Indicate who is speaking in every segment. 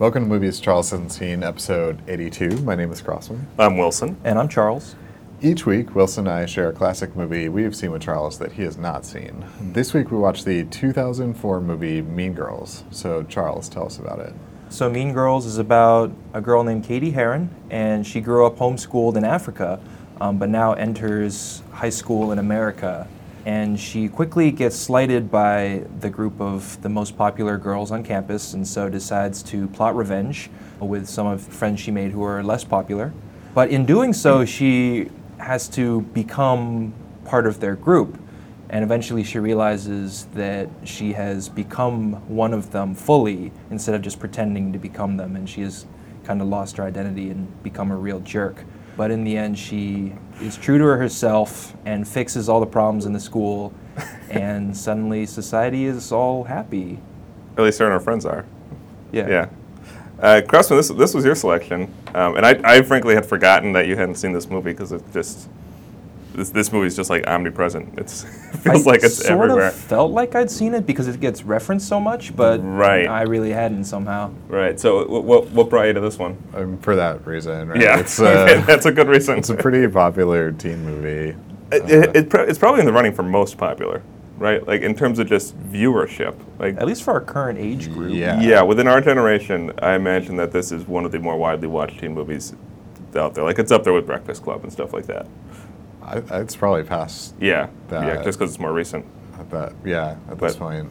Speaker 1: Welcome to Movies Charles 17, episode 82. My name is Crossman.
Speaker 2: I'm Wilson.
Speaker 3: And I'm Charles.
Speaker 1: Each week, Wilson and I share a classic movie we have seen with Charles that he has not seen. This week, we watched the 2004 movie Mean Girls. So, Charles, tell us about it.
Speaker 3: So, Mean Girls is about a girl named Katie Heron, and she grew up homeschooled in Africa, um, but now enters high school in America. And she quickly gets slighted by the group of the most popular girls on campus, and so decides to plot revenge with some of the friends she made who are less popular. But in doing so, she has to become part of their group. And eventually she realizes that she has become one of them fully instead of just pretending to become them. And she has kind of lost her identity and become a real jerk. But in the end, she is true to herself and fixes all the problems in the school. and suddenly society is all happy.
Speaker 2: At least her and her friends are.
Speaker 3: Yeah.
Speaker 2: Yeah. Uh, Crossman, this, this was your selection. Um, and I, I frankly had forgotten that you hadn't seen this movie because it just. This, this movie is just like omnipresent. It's, it feels
Speaker 3: I
Speaker 2: like it's
Speaker 3: sort
Speaker 2: everywhere.
Speaker 3: of felt like I'd seen it because it gets referenced so much, but
Speaker 2: Right.
Speaker 3: I really hadn't somehow.
Speaker 2: Right. So, what, what, what brought you to this one?
Speaker 1: Um, for that reason, right?
Speaker 2: Yeah.
Speaker 1: It's, uh,
Speaker 2: That's a good reason.
Speaker 1: it's a pretty popular teen movie.
Speaker 2: It- it- it pro- it's probably in the running for most popular, right? Like, in terms of just viewership. Like,
Speaker 3: At least for our current age group.
Speaker 1: Yeah.
Speaker 2: Yeah, within our generation, I imagine that this is one of the more widely watched teen movies out there. Like it's up there with Breakfast Club and stuff like that.
Speaker 1: I, it's probably past
Speaker 2: Yeah, yeah,
Speaker 1: That-
Speaker 2: just because it's more recent.
Speaker 1: at that. Yeah, at this
Speaker 2: But-
Speaker 1: point.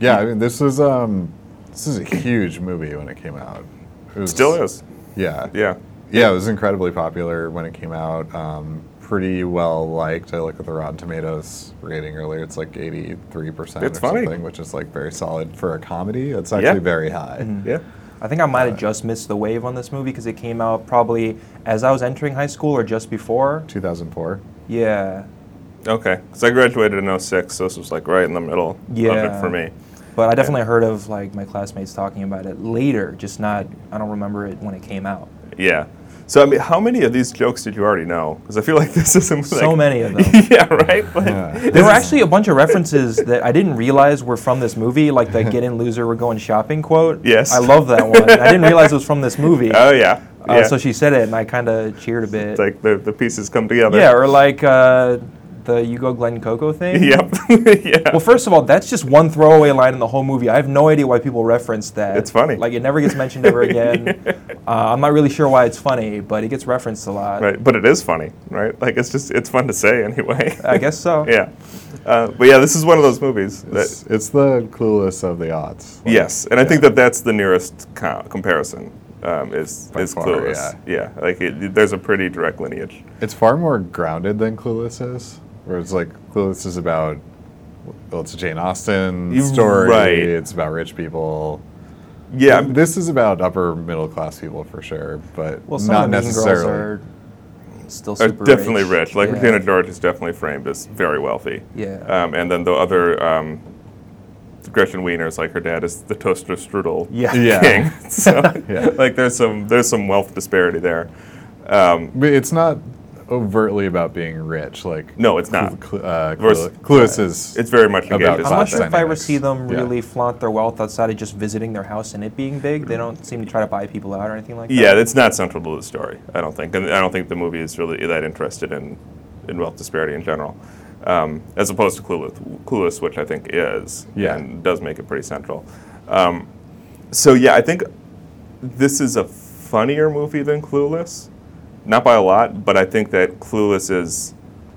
Speaker 1: Yeah, I mean, this is um, this is a huge movie when it came out. It was,
Speaker 2: Still is.
Speaker 1: Yeah.
Speaker 2: Yeah,
Speaker 1: Yeah, it was incredibly popular when it came out. Um, pretty well liked. I looked at the Rotten Tomatoes rating earlier. It's like 83%
Speaker 2: It's
Speaker 1: or
Speaker 2: funny.
Speaker 1: something, which is like very solid for a comedy. It's actually very high.
Speaker 3: Mm-hmm.
Speaker 2: yeah.
Speaker 3: I think I might
Speaker 2: Uh,
Speaker 3: have just missed the wave on this movie because it came out probably as I was entering high school or just before.
Speaker 1: 2004.
Speaker 3: Yeah.
Speaker 2: Okay, because I graduated in 06, so this was like right in the middle of it
Speaker 3: Yeah.
Speaker 2: for me.
Speaker 3: But I definitely heard of like my classmates talking about it later, just not I don't remember it when it came out.
Speaker 2: Yeah. So I mean, how many of these jokes did you already know? Because I feel like this isn't
Speaker 3: So
Speaker 2: like-
Speaker 3: many of them.
Speaker 2: yeah, right. Like,
Speaker 1: Yeah.
Speaker 3: There were actually a bunch of references that I didn't realize were from this movie, like the "Get in, loser, we're going shopping" quote.
Speaker 2: Yes.
Speaker 3: I love that one. I didn't realize it was from this movie.
Speaker 2: Oh yeah.
Speaker 3: Uh,
Speaker 2: yeah.
Speaker 3: So she said it, and I kind of cheered a bit.
Speaker 2: It's like the, the pieces come together.
Speaker 3: yeah, or like uh, the Hugo Glenn Coco thing.
Speaker 2: Yep. yeah.
Speaker 3: Well, first of all, that's just one throwaway line in the whole movie. I have no idea why people reference that.
Speaker 2: It's funny.
Speaker 3: Like it never gets mentioned ever again. uh, I'm not really sure why it's funny, but it gets referenced a lot.
Speaker 2: Right, but it is funny, right? Like it's just it's fun to say anyway.
Speaker 3: I guess so.
Speaker 2: yeah, uh, but yeah, this is one of those movies
Speaker 1: It's,
Speaker 2: that
Speaker 1: it's the clueless of the aughts. Like,
Speaker 2: yes, and I think that that's the nearest co- comparison um, is
Speaker 1: By
Speaker 2: is
Speaker 1: far,
Speaker 2: Clueless. Yeah, like it, there's a pretty direct lineage.
Speaker 1: It's far more grounded than Clueless is, where it's like Clueless is about, well, it's a Jane Austen
Speaker 2: You-
Speaker 1: story.
Speaker 2: right.
Speaker 1: It's about rich people.
Speaker 2: Yeah,
Speaker 1: This is about upper middle class people for sure, but
Speaker 3: Well, some
Speaker 1: not
Speaker 3: of the mean girls
Speaker 1: necessarily.
Speaker 3: are still
Speaker 2: are
Speaker 3: super
Speaker 2: definitely rich. Like
Speaker 3: yeah.
Speaker 2: Regina George is definitely framed as very wealthy.
Speaker 3: Yeah.
Speaker 2: um, and then the other. Um, Gretchen Wiener's like her dad is the toaster strudel
Speaker 3: Yeah.
Speaker 1: Yeah.
Speaker 2: king, so
Speaker 1: Yeah.
Speaker 2: like there's some there's some wealth disparity there. Um,
Speaker 1: But it's not overtly about being rich, like
Speaker 2: No, it's not.
Speaker 1: Clu- uh,
Speaker 2: Versus-
Speaker 1: Clueless, Clueless is
Speaker 2: it's very much
Speaker 1: About
Speaker 2: engaged.
Speaker 3: I'm not sure if I ever
Speaker 1: dynamics.
Speaker 3: see them
Speaker 1: Yeah.
Speaker 3: really flaunt their wealth outside of just visiting their house and it being big. They don't seem to try to buy people out or anything like
Speaker 2: Yeah,
Speaker 3: that.
Speaker 2: that's not central to the story. I don't think, and I don't think the movie is really that interested in, in wealth disparity in general, um, as opposed to Clueless, Clueless, which I think is,
Speaker 1: Yeah.
Speaker 2: and does make it pretty central. Um, so yeah, I think this is a funnier movie than Clueless, not by a lot, but I think that Clueless is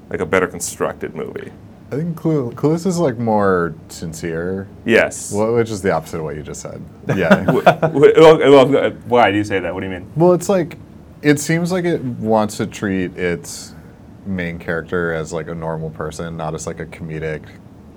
Speaker 2: like a better constructed movie.
Speaker 1: I think Clue, Clueless is like more sincere,
Speaker 2: Yes.
Speaker 1: wh- which is the opposite of what you just said. Yeah.
Speaker 2: Wh- wh- well, well, uh, why do you say that? What do you mean?
Speaker 1: well, it's like it seems like it wants to treat its main character as like a normal person, not as like a comedic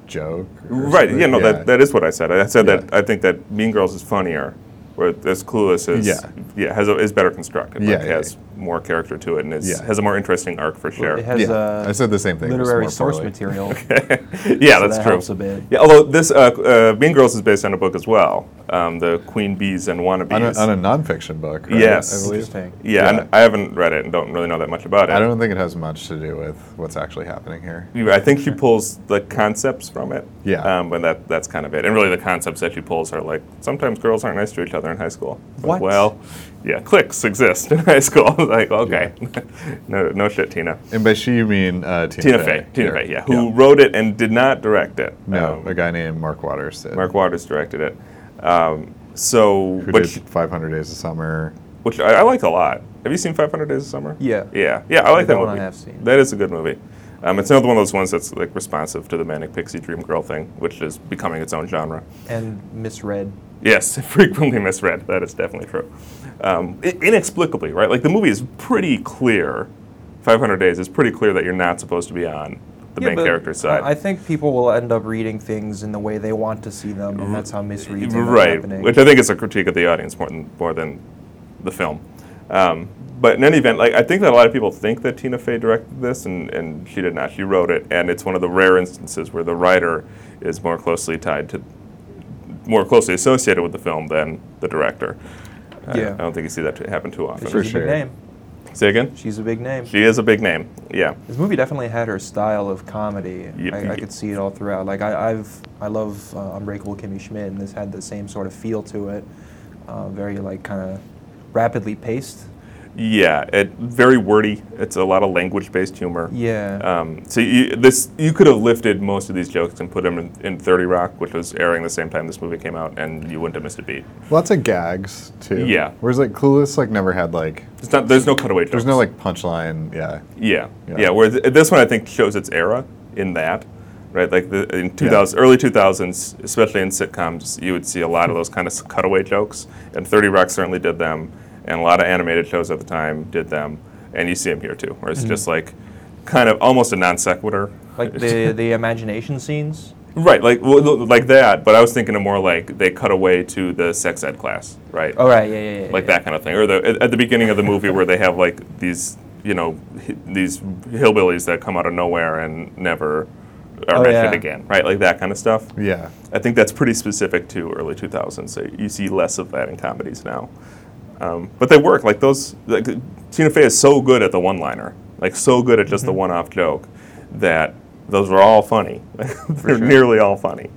Speaker 1: joke. or
Speaker 2: Right.
Speaker 1: something.
Speaker 2: Yeah. No. That, that is what I said. I said that
Speaker 1: Yeah.
Speaker 2: I think that Mean Girls is funnier, where this Clueless is
Speaker 1: Yeah.
Speaker 2: yeah has a, is better constructed.
Speaker 1: Yeah,
Speaker 2: Like,
Speaker 1: yeah,
Speaker 2: has more character to it and is,
Speaker 1: Yeah.
Speaker 2: has a more interesting arc for sure.
Speaker 3: It has
Speaker 1: Yeah,
Speaker 3: uh,
Speaker 1: I said the same thing, just
Speaker 3: Literary
Speaker 1: more
Speaker 3: source
Speaker 1: poorly.
Speaker 3: material.
Speaker 2: yeah,
Speaker 3: so
Speaker 2: that's
Speaker 3: that
Speaker 2: true.
Speaker 3: helps a bit.
Speaker 2: Yeah. Although this uh, uh, Mean Girls is based on a book as well. um, the Queen Bees and
Speaker 1: on a,
Speaker 2: Wannabes.
Speaker 1: on a nonfiction book. Right?
Speaker 2: Yes.
Speaker 1: I believe.
Speaker 3: Interesting.
Speaker 2: yeah,
Speaker 1: yeah.
Speaker 2: And I haven't read it and don't really know that much about it.
Speaker 1: I don't think it has much to do with what's actually happening here.
Speaker 2: You- I think she pulls the concepts from it.
Speaker 1: Yeah.
Speaker 2: Um, but that that's kind of it. And really, the concepts that she pulls are like sometimes girls aren't nice to each other in high school. But,
Speaker 3: What?
Speaker 2: Well, yeah, cliques exist in high school. like, okay, no, no shit, Tina.
Speaker 1: And by she, you mean uh, Tina,
Speaker 2: Tina Fey. Tina Fey. Yeah. Who wrote it and did not direct it?
Speaker 1: No,
Speaker 2: Um,
Speaker 1: a guy named Mark Waters did.
Speaker 2: Mark Waters directed it. Um, so,
Speaker 1: who
Speaker 2: which
Speaker 1: did 500 Days of Summer.
Speaker 2: which I, I liked a lot. Have you seen Five Hundred Days of Summer?
Speaker 3: Yeah.
Speaker 2: Yeah. Yeah. I like
Speaker 3: That
Speaker 2: that
Speaker 3: one
Speaker 2: movie.
Speaker 3: I have seen.
Speaker 2: That is a good movie. Um, it's another one of those ones that's like responsive to the manic pixie dream girl thing, which is becoming its own genre.
Speaker 3: and misread.
Speaker 2: Yes, frequently misread. That is definitely true. Um, i- inexplicably, right? Like the movie is pretty clear. Five Hundred Days is pretty clear that you're not supposed to be on the
Speaker 3: Yeah,
Speaker 2: main
Speaker 3: but
Speaker 2: character's side.
Speaker 3: I think people will end up reading things in the way they want to see them, and that's how misreads end up
Speaker 2: Mm-hmm. right,
Speaker 3: happening.
Speaker 2: which I think is a critique of the audience more than more than the film. Um, but in any event, like I think that a lot of people think that Tina Fey directed this, and, and she did not. She wrote it, and it's one of the rare instances where the writer is more closely tied to, more closely associated with the film than the director. I-
Speaker 3: Yeah.
Speaker 2: I, don't think you see that t- happen too often.
Speaker 3: She's
Speaker 1: For
Speaker 3: a
Speaker 1: sure.
Speaker 3: big name.
Speaker 2: Say again.
Speaker 3: She's a big name.
Speaker 2: She is a big name. Yeah.
Speaker 3: This movie definitely had her style of comedy.
Speaker 2: Yep.
Speaker 3: I, I could see it all throughout. Like I, I've, I love uh, Unbreakable Kimmy Schmidt, and this had the same sort of feel to it. Uh, very like kind of rapidly paced.
Speaker 2: Yeah. It very wordy. It's a lot of language-based humor.
Speaker 3: Yeah.
Speaker 2: Um, so you, this you could have lifted most of these jokes and put them in, in 30 Rock, which was airing the same time this movie came out, and you wouldn't have missed a beat.
Speaker 1: Lots of gags too.
Speaker 2: Yeah.
Speaker 1: Whereas like Clueless, like never had like
Speaker 2: It's not, there's no cutaway jokes.
Speaker 1: there's no like punchline. Yeah.
Speaker 2: Yeah,
Speaker 1: Yeah.
Speaker 2: yeah. where th- this one I think shows its era in that, right? Like the, in 2000, early 2000s, especially in sitcoms, you would see a lot of those kind of cutaway jokes, and 30 Rock certainly did them, and a lot of animated shows at the time did them, and you see them here too, where
Speaker 1: Mm-hmm.
Speaker 2: it's just like kind of almost a non sequitur.
Speaker 3: like the the imagination scenes.
Speaker 2: Right, like well, no, like that, but I was thinking of more like they cut away to the sex ed class, right?
Speaker 3: All Oh, right. Yeah. Yeah. yeah
Speaker 2: Like
Speaker 3: yeah.
Speaker 2: that kind of thing, or the, at- at the beginning of the movie where they have like these, you know, hi- these hillbillies that come out of nowhere and never are
Speaker 3: Oh,
Speaker 2: mentioned
Speaker 3: yeah.
Speaker 2: again, right? Like that kind of stuff.
Speaker 1: Yeah.
Speaker 2: I think that's pretty specific to early 2000s. So you see less of that in comedies now, um, but they work. Like those, like Tina Fey is so good at the one-liner, like so good at just the one-off joke, that those are all funny. They're nearly all funny.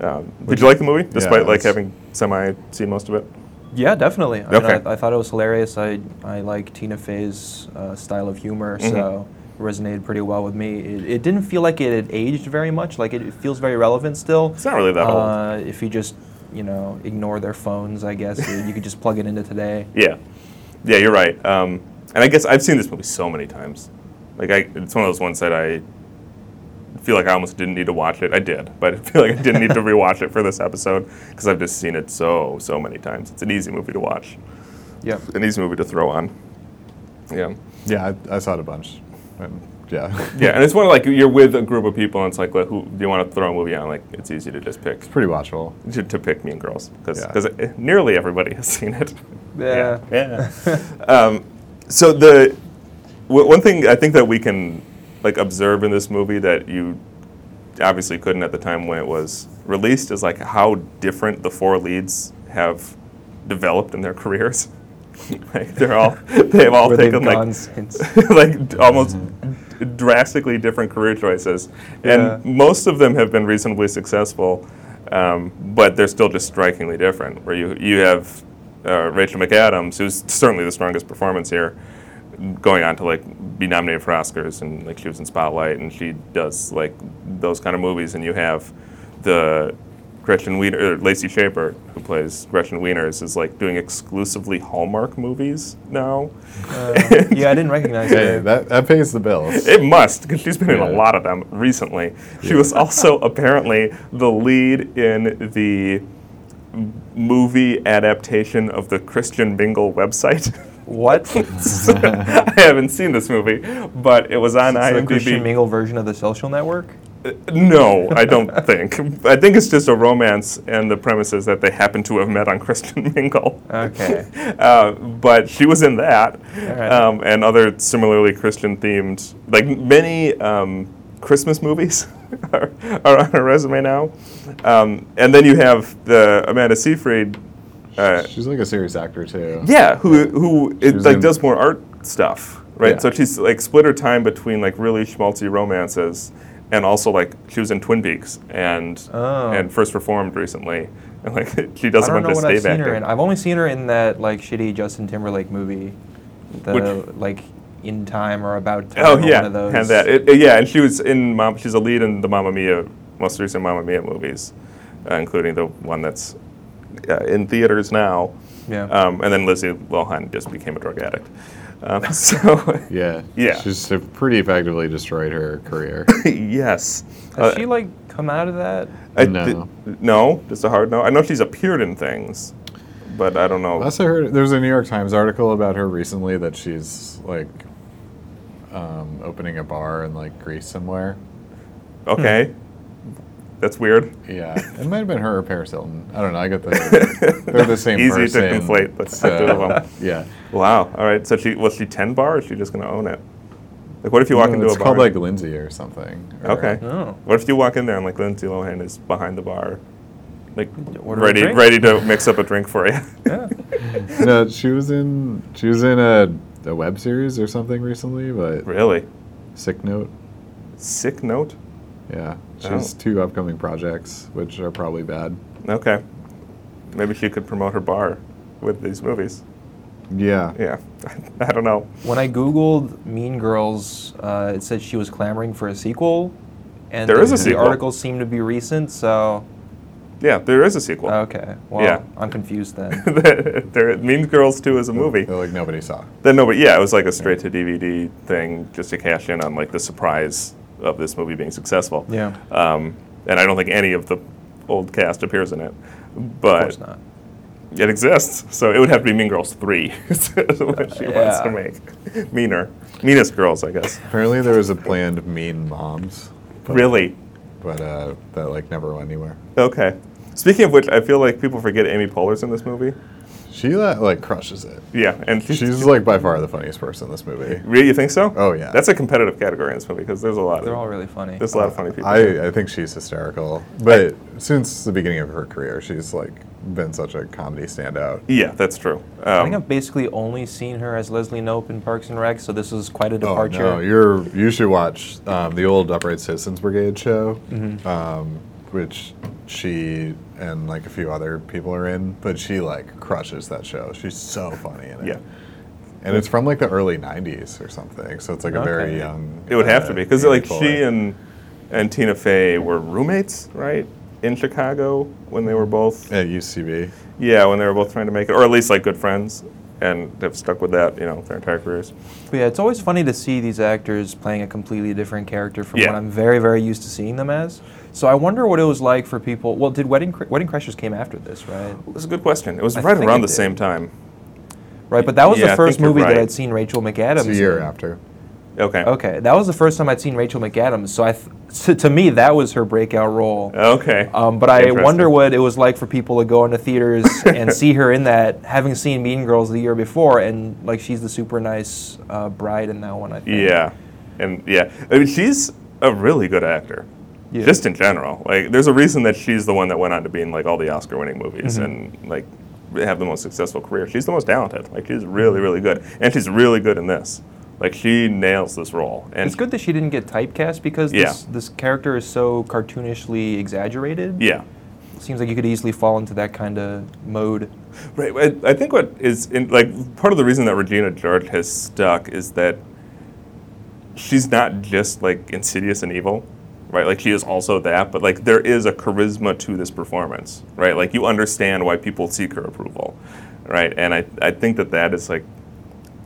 Speaker 2: Um, did you like the movie, despite like
Speaker 1: it's-
Speaker 2: having semi seen most of it?
Speaker 3: Yeah, definitely. I, mean,
Speaker 2: Okay.
Speaker 3: I, I thought it was hilarious. I, I like Tina Fey's uh, style of humor,
Speaker 2: Mm-hmm.
Speaker 3: so it resonated pretty well with me. It, it didn't feel like it had aged very much. Like it, it feels very relevant still.
Speaker 2: It's not really that old.
Speaker 3: uh, if you just you know ignore their phones, I guess you could just plug it into today.
Speaker 2: Yeah, yeah, you're right. Um, and I guess I've seen this movie so many times. Like I, it's one of those ones that I feel like I almost didn't need to watch it. I did, but I feel like I didn't need to rewatch it for this episode because I've just seen it so so many times. It's an easy movie to watch,
Speaker 3: Yep.
Speaker 2: an easy movie to throw on. Yeah.
Speaker 1: Yeah. I, I saw it a bunch. And, yeah.
Speaker 2: Yeah, and it's one of like you're with a group of people, and it's like, like, who do you want to throw a movie on? Like, it's easy to just pick
Speaker 1: Pretty watchable.
Speaker 2: to, to pick Mean Girls because
Speaker 1: Yeah.
Speaker 2: nearly everybody has seen it.
Speaker 3: Yeah.
Speaker 2: Yeah. um, so the w- one thing I think that we can like observe in this movie that you obviously couldn't at the time when it was released is like how different the four leads have developed in their careers. like they're all they've all
Speaker 3: Where they've
Speaker 2: taken
Speaker 3: gone
Speaker 2: like
Speaker 3: since.
Speaker 2: like d- almost d- drastically different career choices,
Speaker 3: Yeah.
Speaker 2: and most of them have been reasonably successful, um, but they're still just strikingly different. Where you you have uh, Rachel McAdams, who's certainly the strongest performance here, going on to like be nominated for Oscars and like she was in Spotlight and she does like those kind of movies, and you have the Gretchen Wiener, or Lacey Shaper, who plays Gretchen Wieners, is like doing exclusively Hallmark movies now.
Speaker 3: Uh, yeah, I didn't recognize
Speaker 1: Hey,
Speaker 3: her.
Speaker 1: that, that pays the bills.
Speaker 2: It must, because she's been in a
Speaker 1: Yeah.
Speaker 2: lot of them recently. She was also apparently the lead in the m- movie adaptation of the Christian Mingle website.
Speaker 3: What?
Speaker 2: So, I haven't seen this movie, but it was on
Speaker 3: It's the Christian
Speaker 2: IMDb.
Speaker 3: Mingle version of the Social Network.
Speaker 2: No, I don't think. I think it's just a romance, and the premise is that they happen to have met on Christian Mingle.
Speaker 3: Okay.
Speaker 2: Uh, but she was in that,
Speaker 3: right.
Speaker 2: um, and other similarly Christian themed, like many um, Christmas movies are, are on her resume now. Um, and then you have the Amanda Seyfried. Uh,
Speaker 1: She's like a serious actor too.
Speaker 2: yeah, who who it,
Speaker 1: was
Speaker 2: like
Speaker 1: in-
Speaker 2: does more art stuff, right?
Speaker 1: Yeah.
Speaker 2: So she's like split her time between like really schmaltzy romances, and also like she was in Twin Peaks and
Speaker 3: Oh.
Speaker 2: and first performed recently, and like she does
Speaker 3: I
Speaker 2: a
Speaker 3: don't
Speaker 2: bunch
Speaker 3: know
Speaker 2: of
Speaker 3: what I've
Speaker 2: stave
Speaker 3: seen her
Speaker 2: acting.
Speaker 3: in. I've only seen her in that like shitty Justin Timberlake movie, the
Speaker 2: Which-
Speaker 3: like in time or about time.
Speaker 2: Oh
Speaker 3: or
Speaker 2: yeah,
Speaker 3: one of those.
Speaker 2: had that. It- it- yeah, and she was in Mom. She's a lead in the Mamma Mia, most recent Mamma Mia movies, uh, including the one that's uh, in theaters now.
Speaker 3: Yeah.
Speaker 2: Um, and then Lizzie Lohan just became a drug addict. Um, so
Speaker 1: Yeah.
Speaker 2: Yeah.
Speaker 1: She's uh, pretty effectively destroyed her career.
Speaker 2: yes,
Speaker 3: Has
Speaker 2: Uh,
Speaker 3: she like come out of that?
Speaker 2: I
Speaker 1: No.
Speaker 2: thi- no, just a hard no. I know she's appeared in things, but I don't know.
Speaker 1: I also heard there's a New York Times article about her recently that she's like um, opening a bar in like Greece somewhere.
Speaker 2: okay, that's weird.
Speaker 1: hmm. Yeah, it might have been her or Paris Hilton. I don't know. I got the they're the same
Speaker 2: Easy to
Speaker 1: person.
Speaker 2: conflate the two of 'em.
Speaker 1: Yeah,
Speaker 2: Wow. All right. So she was she ten bar? Or is she just gonna own it? Like, what if you walk
Speaker 1: No,
Speaker 2: into
Speaker 1: it's
Speaker 2: a bar?
Speaker 1: called like Lindsay or something. or-
Speaker 2: Okay.
Speaker 3: No.
Speaker 2: What if you walk in there and like Lindsay Lohan is behind the bar, like
Speaker 3: Order a
Speaker 2: ready
Speaker 3: drink?
Speaker 2: ready to mix up a drink for you?
Speaker 3: Yeah.
Speaker 1: no, she was in she was in a, a web series or something recently, but
Speaker 2: really?
Speaker 1: Sick Note.
Speaker 2: Sick note.
Speaker 1: Yeah, she
Speaker 2: Oh.
Speaker 1: has two upcoming projects, which are probably bad.
Speaker 2: Okay. Maybe she could promote her bar with these movies.
Speaker 1: Yeah,
Speaker 2: Yeah. I don't know.
Speaker 3: When I googled Mean Girls, uh, it said she was clamoring for a sequel, and
Speaker 2: There
Speaker 3: the,
Speaker 2: is a
Speaker 3: the
Speaker 2: sequel.
Speaker 3: articles seem to be recent. So
Speaker 2: Yeah, there is a sequel.
Speaker 3: Oh, okay, well,
Speaker 2: Yeah.
Speaker 3: I'm confused then.
Speaker 2: there, mean Girls 2 is a movie.
Speaker 3: Oh,
Speaker 1: that like nobody saw.
Speaker 2: Then no, but yeah, it was like a straight to DVD thing, just to cash in on like the surprise of this movie being successful.
Speaker 3: yeah, of
Speaker 2: Um, and I don't think any of the old cast appears in it, but
Speaker 3: course not.
Speaker 2: it exists. So it would have to be Mean Girls three, is what she wants to
Speaker 3: Yeah.
Speaker 2: make meaner, meanest girls, I guess.
Speaker 1: Apparently, there was a planned Mean Moms,
Speaker 2: Really?
Speaker 1: but uh, that like never went anywhere.
Speaker 2: Okay. Speaking of which, I feel like people forget Amy Poehler's in this movie.
Speaker 1: She uh, like crushes it.
Speaker 2: Yeah, and she's,
Speaker 1: She's like by far the funniest person in this movie.
Speaker 2: really. You think so?
Speaker 1: Oh, yeah.
Speaker 2: That's a competitive category in this movie because there's a lot.
Speaker 3: They're
Speaker 2: of,
Speaker 3: all really funny.
Speaker 2: there's a lot of funny people.
Speaker 1: I, I think she's hysterical. But since the beginning of her career, she's like been such a comedy standout.
Speaker 2: yeah, that's true.
Speaker 3: I think
Speaker 2: Um,
Speaker 3: I've basically only seen her as Leslie Nope in Parks and Rec, so this was quite a
Speaker 1: Oh
Speaker 3: departure.
Speaker 1: no, you're you should watch um, the old Upright Citizens Brigade show,
Speaker 2: Mm-hmm.
Speaker 1: um, which she and like a few other people are in. But she like crushes that show. She's so funny in it.
Speaker 2: yeah.
Speaker 1: and it's from like the early '90s or something. So it's like a very
Speaker 3: Okay.
Speaker 1: young.
Speaker 2: It would have
Speaker 1: uh,
Speaker 2: to be because
Speaker 1: Amy
Speaker 2: like she
Speaker 1: Poehler.
Speaker 2: and and Tina Fey were roommates, right? In Chicago when they were both
Speaker 1: at UCB.
Speaker 2: yeah when they were both trying to make it, or at least like good friends, and have stuck with that you know their entire careers.
Speaker 3: But yeah, it's always funny to see these actors playing a completely different character from
Speaker 2: Yeah.
Speaker 3: what I'm very, very used to seeing them as. So I wonder what it was like for people. Well, did Wedding Cr- Wedding Crashers came after this, right?
Speaker 2: That's a good question. It was
Speaker 3: I
Speaker 2: right
Speaker 3: think
Speaker 2: around the
Speaker 3: it did.
Speaker 2: same time.
Speaker 3: Right, but that was
Speaker 2: Yeah, I
Speaker 3: the first
Speaker 2: think you're
Speaker 3: movie
Speaker 2: right.
Speaker 3: that I'd seen Rachel McAdams.
Speaker 1: It's a year
Speaker 3: in.
Speaker 1: after.
Speaker 2: Okay.
Speaker 3: Okay, that was the first time I'd seen Rachel McAdams. So I, th- so to me, that was her breakout role.
Speaker 2: Okay.
Speaker 3: Um, but I
Speaker 2: Uh, Interesting.
Speaker 3: wonder what it was like for people to go into theaters and see her in that, having seen Mean Girls the year before, and like she's the super nice uh, bride in that one. I think.
Speaker 2: Yeah, and yeah, I mean she's a really good actor.
Speaker 3: Yeah.
Speaker 2: Just in general, like there's a reason that she's the one that went on to be in like all the Oscar-winning movies
Speaker 3: Mm-hmm.
Speaker 2: and like have the most successful career. She's the most talented. Like she's really, really good, and she's really good in this. Like she nails this role. And
Speaker 3: It's good that she didn't get typecast because
Speaker 2: Yeah.
Speaker 3: this, this character is so cartoonishly exaggerated.
Speaker 2: Yeah,
Speaker 3: Seems like you could easily fall into that kind of mode.
Speaker 2: Right. I, I think what is in, like part of the reason that Regina George has stuck is that she's not just like insidious and evil, right? Like she is also that, but like there is a charisma to this performance, right? Like you understand why people seek her approval, right? And I I think that that is like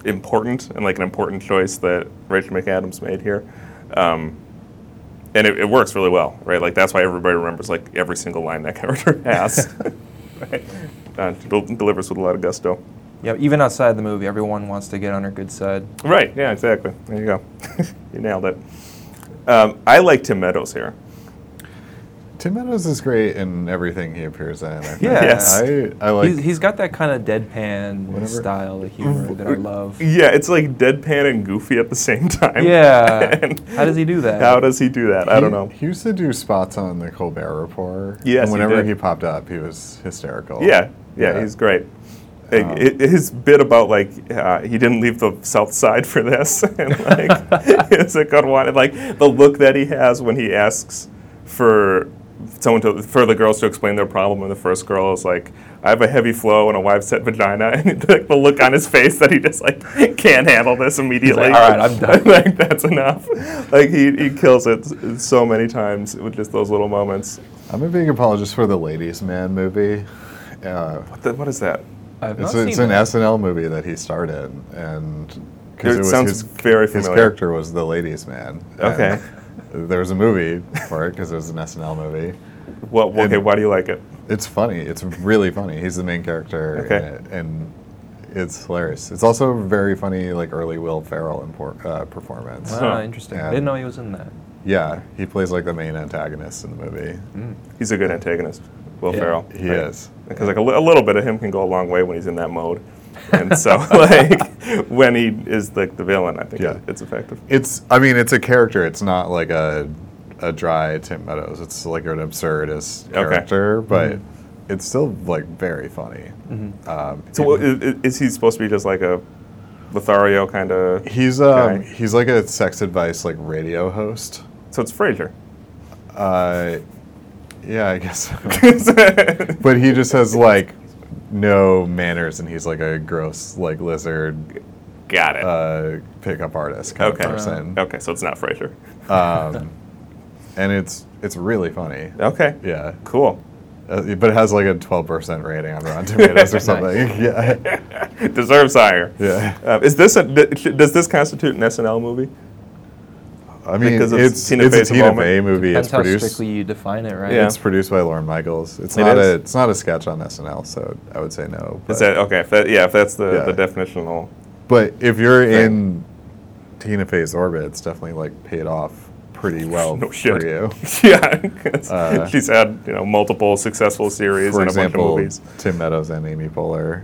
Speaker 2: important and like an important choice that Rachel McAdams made here. Um, and it, it works really well, right? Like that's why everybody remembers like every single line that character has. right? Uh, she del- delivers with a lot of gusto.
Speaker 3: Yeah, even outside the movie, everyone wants to get on her good side.
Speaker 2: Right. Yeah. Exactly. There you go. you nailed it. Um, I like Tim Meadows here.
Speaker 1: Tim Meadows is great in everything he appears in. I think.
Speaker 3: Yeah.
Speaker 2: Yes.
Speaker 1: I, I like.
Speaker 3: he's, he's got that kind of deadpan
Speaker 1: Whatever.
Speaker 3: style of humor that I love.
Speaker 2: Yeah, it's like deadpan and goofy at the same time.
Speaker 3: Yeah.
Speaker 2: And
Speaker 3: How does he do that?
Speaker 2: How does he do that? I don't
Speaker 1: he-
Speaker 2: know.
Speaker 1: He used to do spots on the Colbert Report.
Speaker 2: Yes,
Speaker 1: and
Speaker 2: he
Speaker 1: whenever
Speaker 2: did.
Speaker 1: he, popped up, he was hysterical.
Speaker 2: Yeah, yeah, he's great. Like,
Speaker 1: Um,
Speaker 2: it- his bit about like uh, he didn't leave the South Side for this, and like it's a good one. And like the look that he has when he asks for someone to for the girls to explain their problem, and the first girl is like, "I have a heavy flow and a wide set vagina," and like the look on his face that he just like can't handle this immediately.
Speaker 3: "All right, I'm done."
Speaker 2: like that's enough. Like he, he kills it s- so many times with just those little moments.
Speaker 1: I'm a big apologist for the Ladies Man movie. Uh,
Speaker 2: What, the, what is that?
Speaker 3: I've
Speaker 1: it's
Speaker 3: not
Speaker 1: it's
Speaker 3: seen
Speaker 1: an
Speaker 3: that.
Speaker 1: SNL movie that he starred in, and
Speaker 2: It sounds very
Speaker 1: his
Speaker 2: familiar.
Speaker 1: character was the Ladies Man. and
Speaker 2: Okay.
Speaker 1: there was a movie for it because it was an SNL movie.
Speaker 2: Well, okay,
Speaker 1: And-
Speaker 2: why do you like it?
Speaker 1: It's funny. It's really funny. He's the main character in
Speaker 2: Okay.
Speaker 1: it, and it's hilarious. It's also a very funny, like early Will Ferrell impor- uh, performance.
Speaker 3: Wow,
Speaker 2: Huh.
Speaker 3: Ah, interesting.
Speaker 1: Yeah.
Speaker 3: I didn't know he was in that.
Speaker 1: Yeah, he plays like the main antagonist in the movie.
Speaker 2: Hmm. He's a good antagonist, Will
Speaker 3: Yeah,
Speaker 2: Ferrell.
Speaker 1: He is.
Speaker 2: Because like a, li- a little bit of him can go a long way when he's in that mode, and so like when he is like the villain, I think
Speaker 1: Yeah.
Speaker 2: it- it's effective.
Speaker 1: It's. I mean, it's a character. It's not like a a dry Tim Meadows. It's like an absurdist
Speaker 2: Okay. Mm-hmm.
Speaker 1: character, but it's still like very funny. Um,
Speaker 2: So what- i- i- is he supposed to be just like a Lothario kind of?
Speaker 1: he's um,
Speaker 2: guy?
Speaker 1: he's like a sex advice like radio host.
Speaker 2: So it's Frasier.
Speaker 1: Uh, yeah, I guess. But he just has like no manners, and he's like a gross like lizard
Speaker 2: Got it.
Speaker 1: uh, pickup artist kind
Speaker 2: Okay.
Speaker 1: of person.
Speaker 2: okay, so it's not Frasier.
Speaker 1: Um, and it's it's really funny.
Speaker 2: Okay.
Speaker 1: Yeah,
Speaker 2: Cool.
Speaker 1: Uh, but it has like a twelve percent rating on Rotten Tomatoes or something. Yeah,
Speaker 2: Deserves higher.
Speaker 1: yeah.
Speaker 2: Uh, is this a, d- sh- does this constitute an SNL movie?
Speaker 1: I mean, it's
Speaker 2: Because of
Speaker 1: it's,
Speaker 2: Tina
Speaker 1: a
Speaker 2: Fey's
Speaker 1: Tina
Speaker 2: involvement?
Speaker 1: Fey movie.
Speaker 3: That's
Speaker 1: It's
Speaker 3: how
Speaker 1: produced.
Speaker 3: strictly you define it, right?
Speaker 2: Yeah.
Speaker 1: It's produced by Lauren Michaels. It's
Speaker 2: It
Speaker 1: not
Speaker 2: is?
Speaker 1: a it's not a sketch on SNL, so I would say no.
Speaker 2: Is that okay? If that, yeah, if that's the,
Speaker 1: Uh, Yeah.
Speaker 2: the definitional.
Speaker 1: But if you're
Speaker 2: Right.
Speaker 1: in Tina Fey's orbit, it's definitely like paid off pretty well
Speaker 2: No shit.
Speaker 1: Oh, for you.
Speaker 2: yeah, 'cause
Speaker 1: Uh,
Speaker 2: she's had you know multiple successful series
Speaker 1: for
Speaker 2: and a
Speaker 1: example,
Speaker 2: bunch of movies.
Speaker 1: Tim Meadows and Amy Poehler.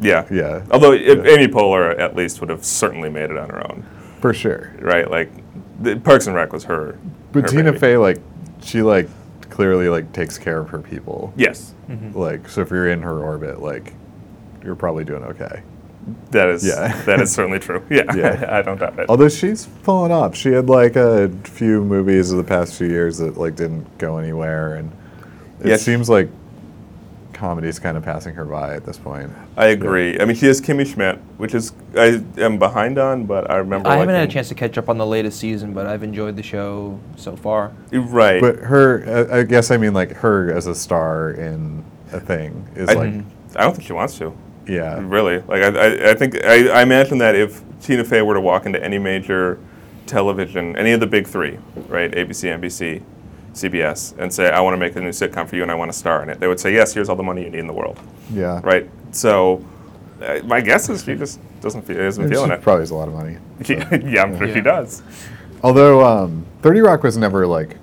Speaker 2: Yeah,
Speaker 1: Yeah,
Speaker 2: Although if Amy Poehler at least would have certainly made it on her own,
Speaker 1: for sure.
Speaker 2: right? Like, the, Parks and Rec was her.
Speaker 1: But
Speaker 2: her
Speaker 1: Tina
Speaker 2: baby.
Speaker 1: Fey, like, she like clearly like takes care of her people.
Speaker 2: Yes,
Speaker 1: Hmm.
Speaker 3: Mm-hmm.
Speaker 1: Like, so if you're in her orbit, like, you're probably doing okay.
Speaker 2: that is
Speaker 1: Yeah.
Speaker 2: that is certainly true. Yeah,
Speaker 1: Yeah.
Speaker 2: I don't doubt it.
Speaker 1: Although she's fallen off. She had like a few movies of the past few years that like didn't go anywhere, and it
Speaker 2: Yeah.
Speaker 1: seems like comedy's kind of passing her by at this point.
Speaker 2: I agree. I mean, she has Kimmy Schmidt, which is I am behind on, but I remember.
Speaker 3: I haven't had a
Speaker 2: liking-
Speaker 3: chance to catch up on the latest season, but I've enjoyed the show so far.
Speaker 2: Right.
Speaker 1: But her, I I guess I mean like her as a star in a thing is
Speaker 2: I, Mm-hmm.
Speaker 1: like,
Speaker 2: I don't think she wants to.
Speaker 1: yeah,
Speaker 2: Really? Like I, I, I think I, I imagine that if Tina Fey were to walk into any major television, any of the big three, right, ABC, NBC, CBS, and say, "I want to make a new sitcom for you, and I want to star in it," they would say, "Yes, here's all the money you need in the world,"
Speaker 1: yeah,
Speaker 2: right? So, uh, my guess is she just doesn't feel isn't
Speaker 1: She
Speaker 2: feeling it.
Speaker 1: probably has a lot of money.
Speaker 2: She- yeah, I'm sure she
Speaker 3: Yeah.
Speaker 2: does.
Speaker 1: Although um, Thirty Rock was never like,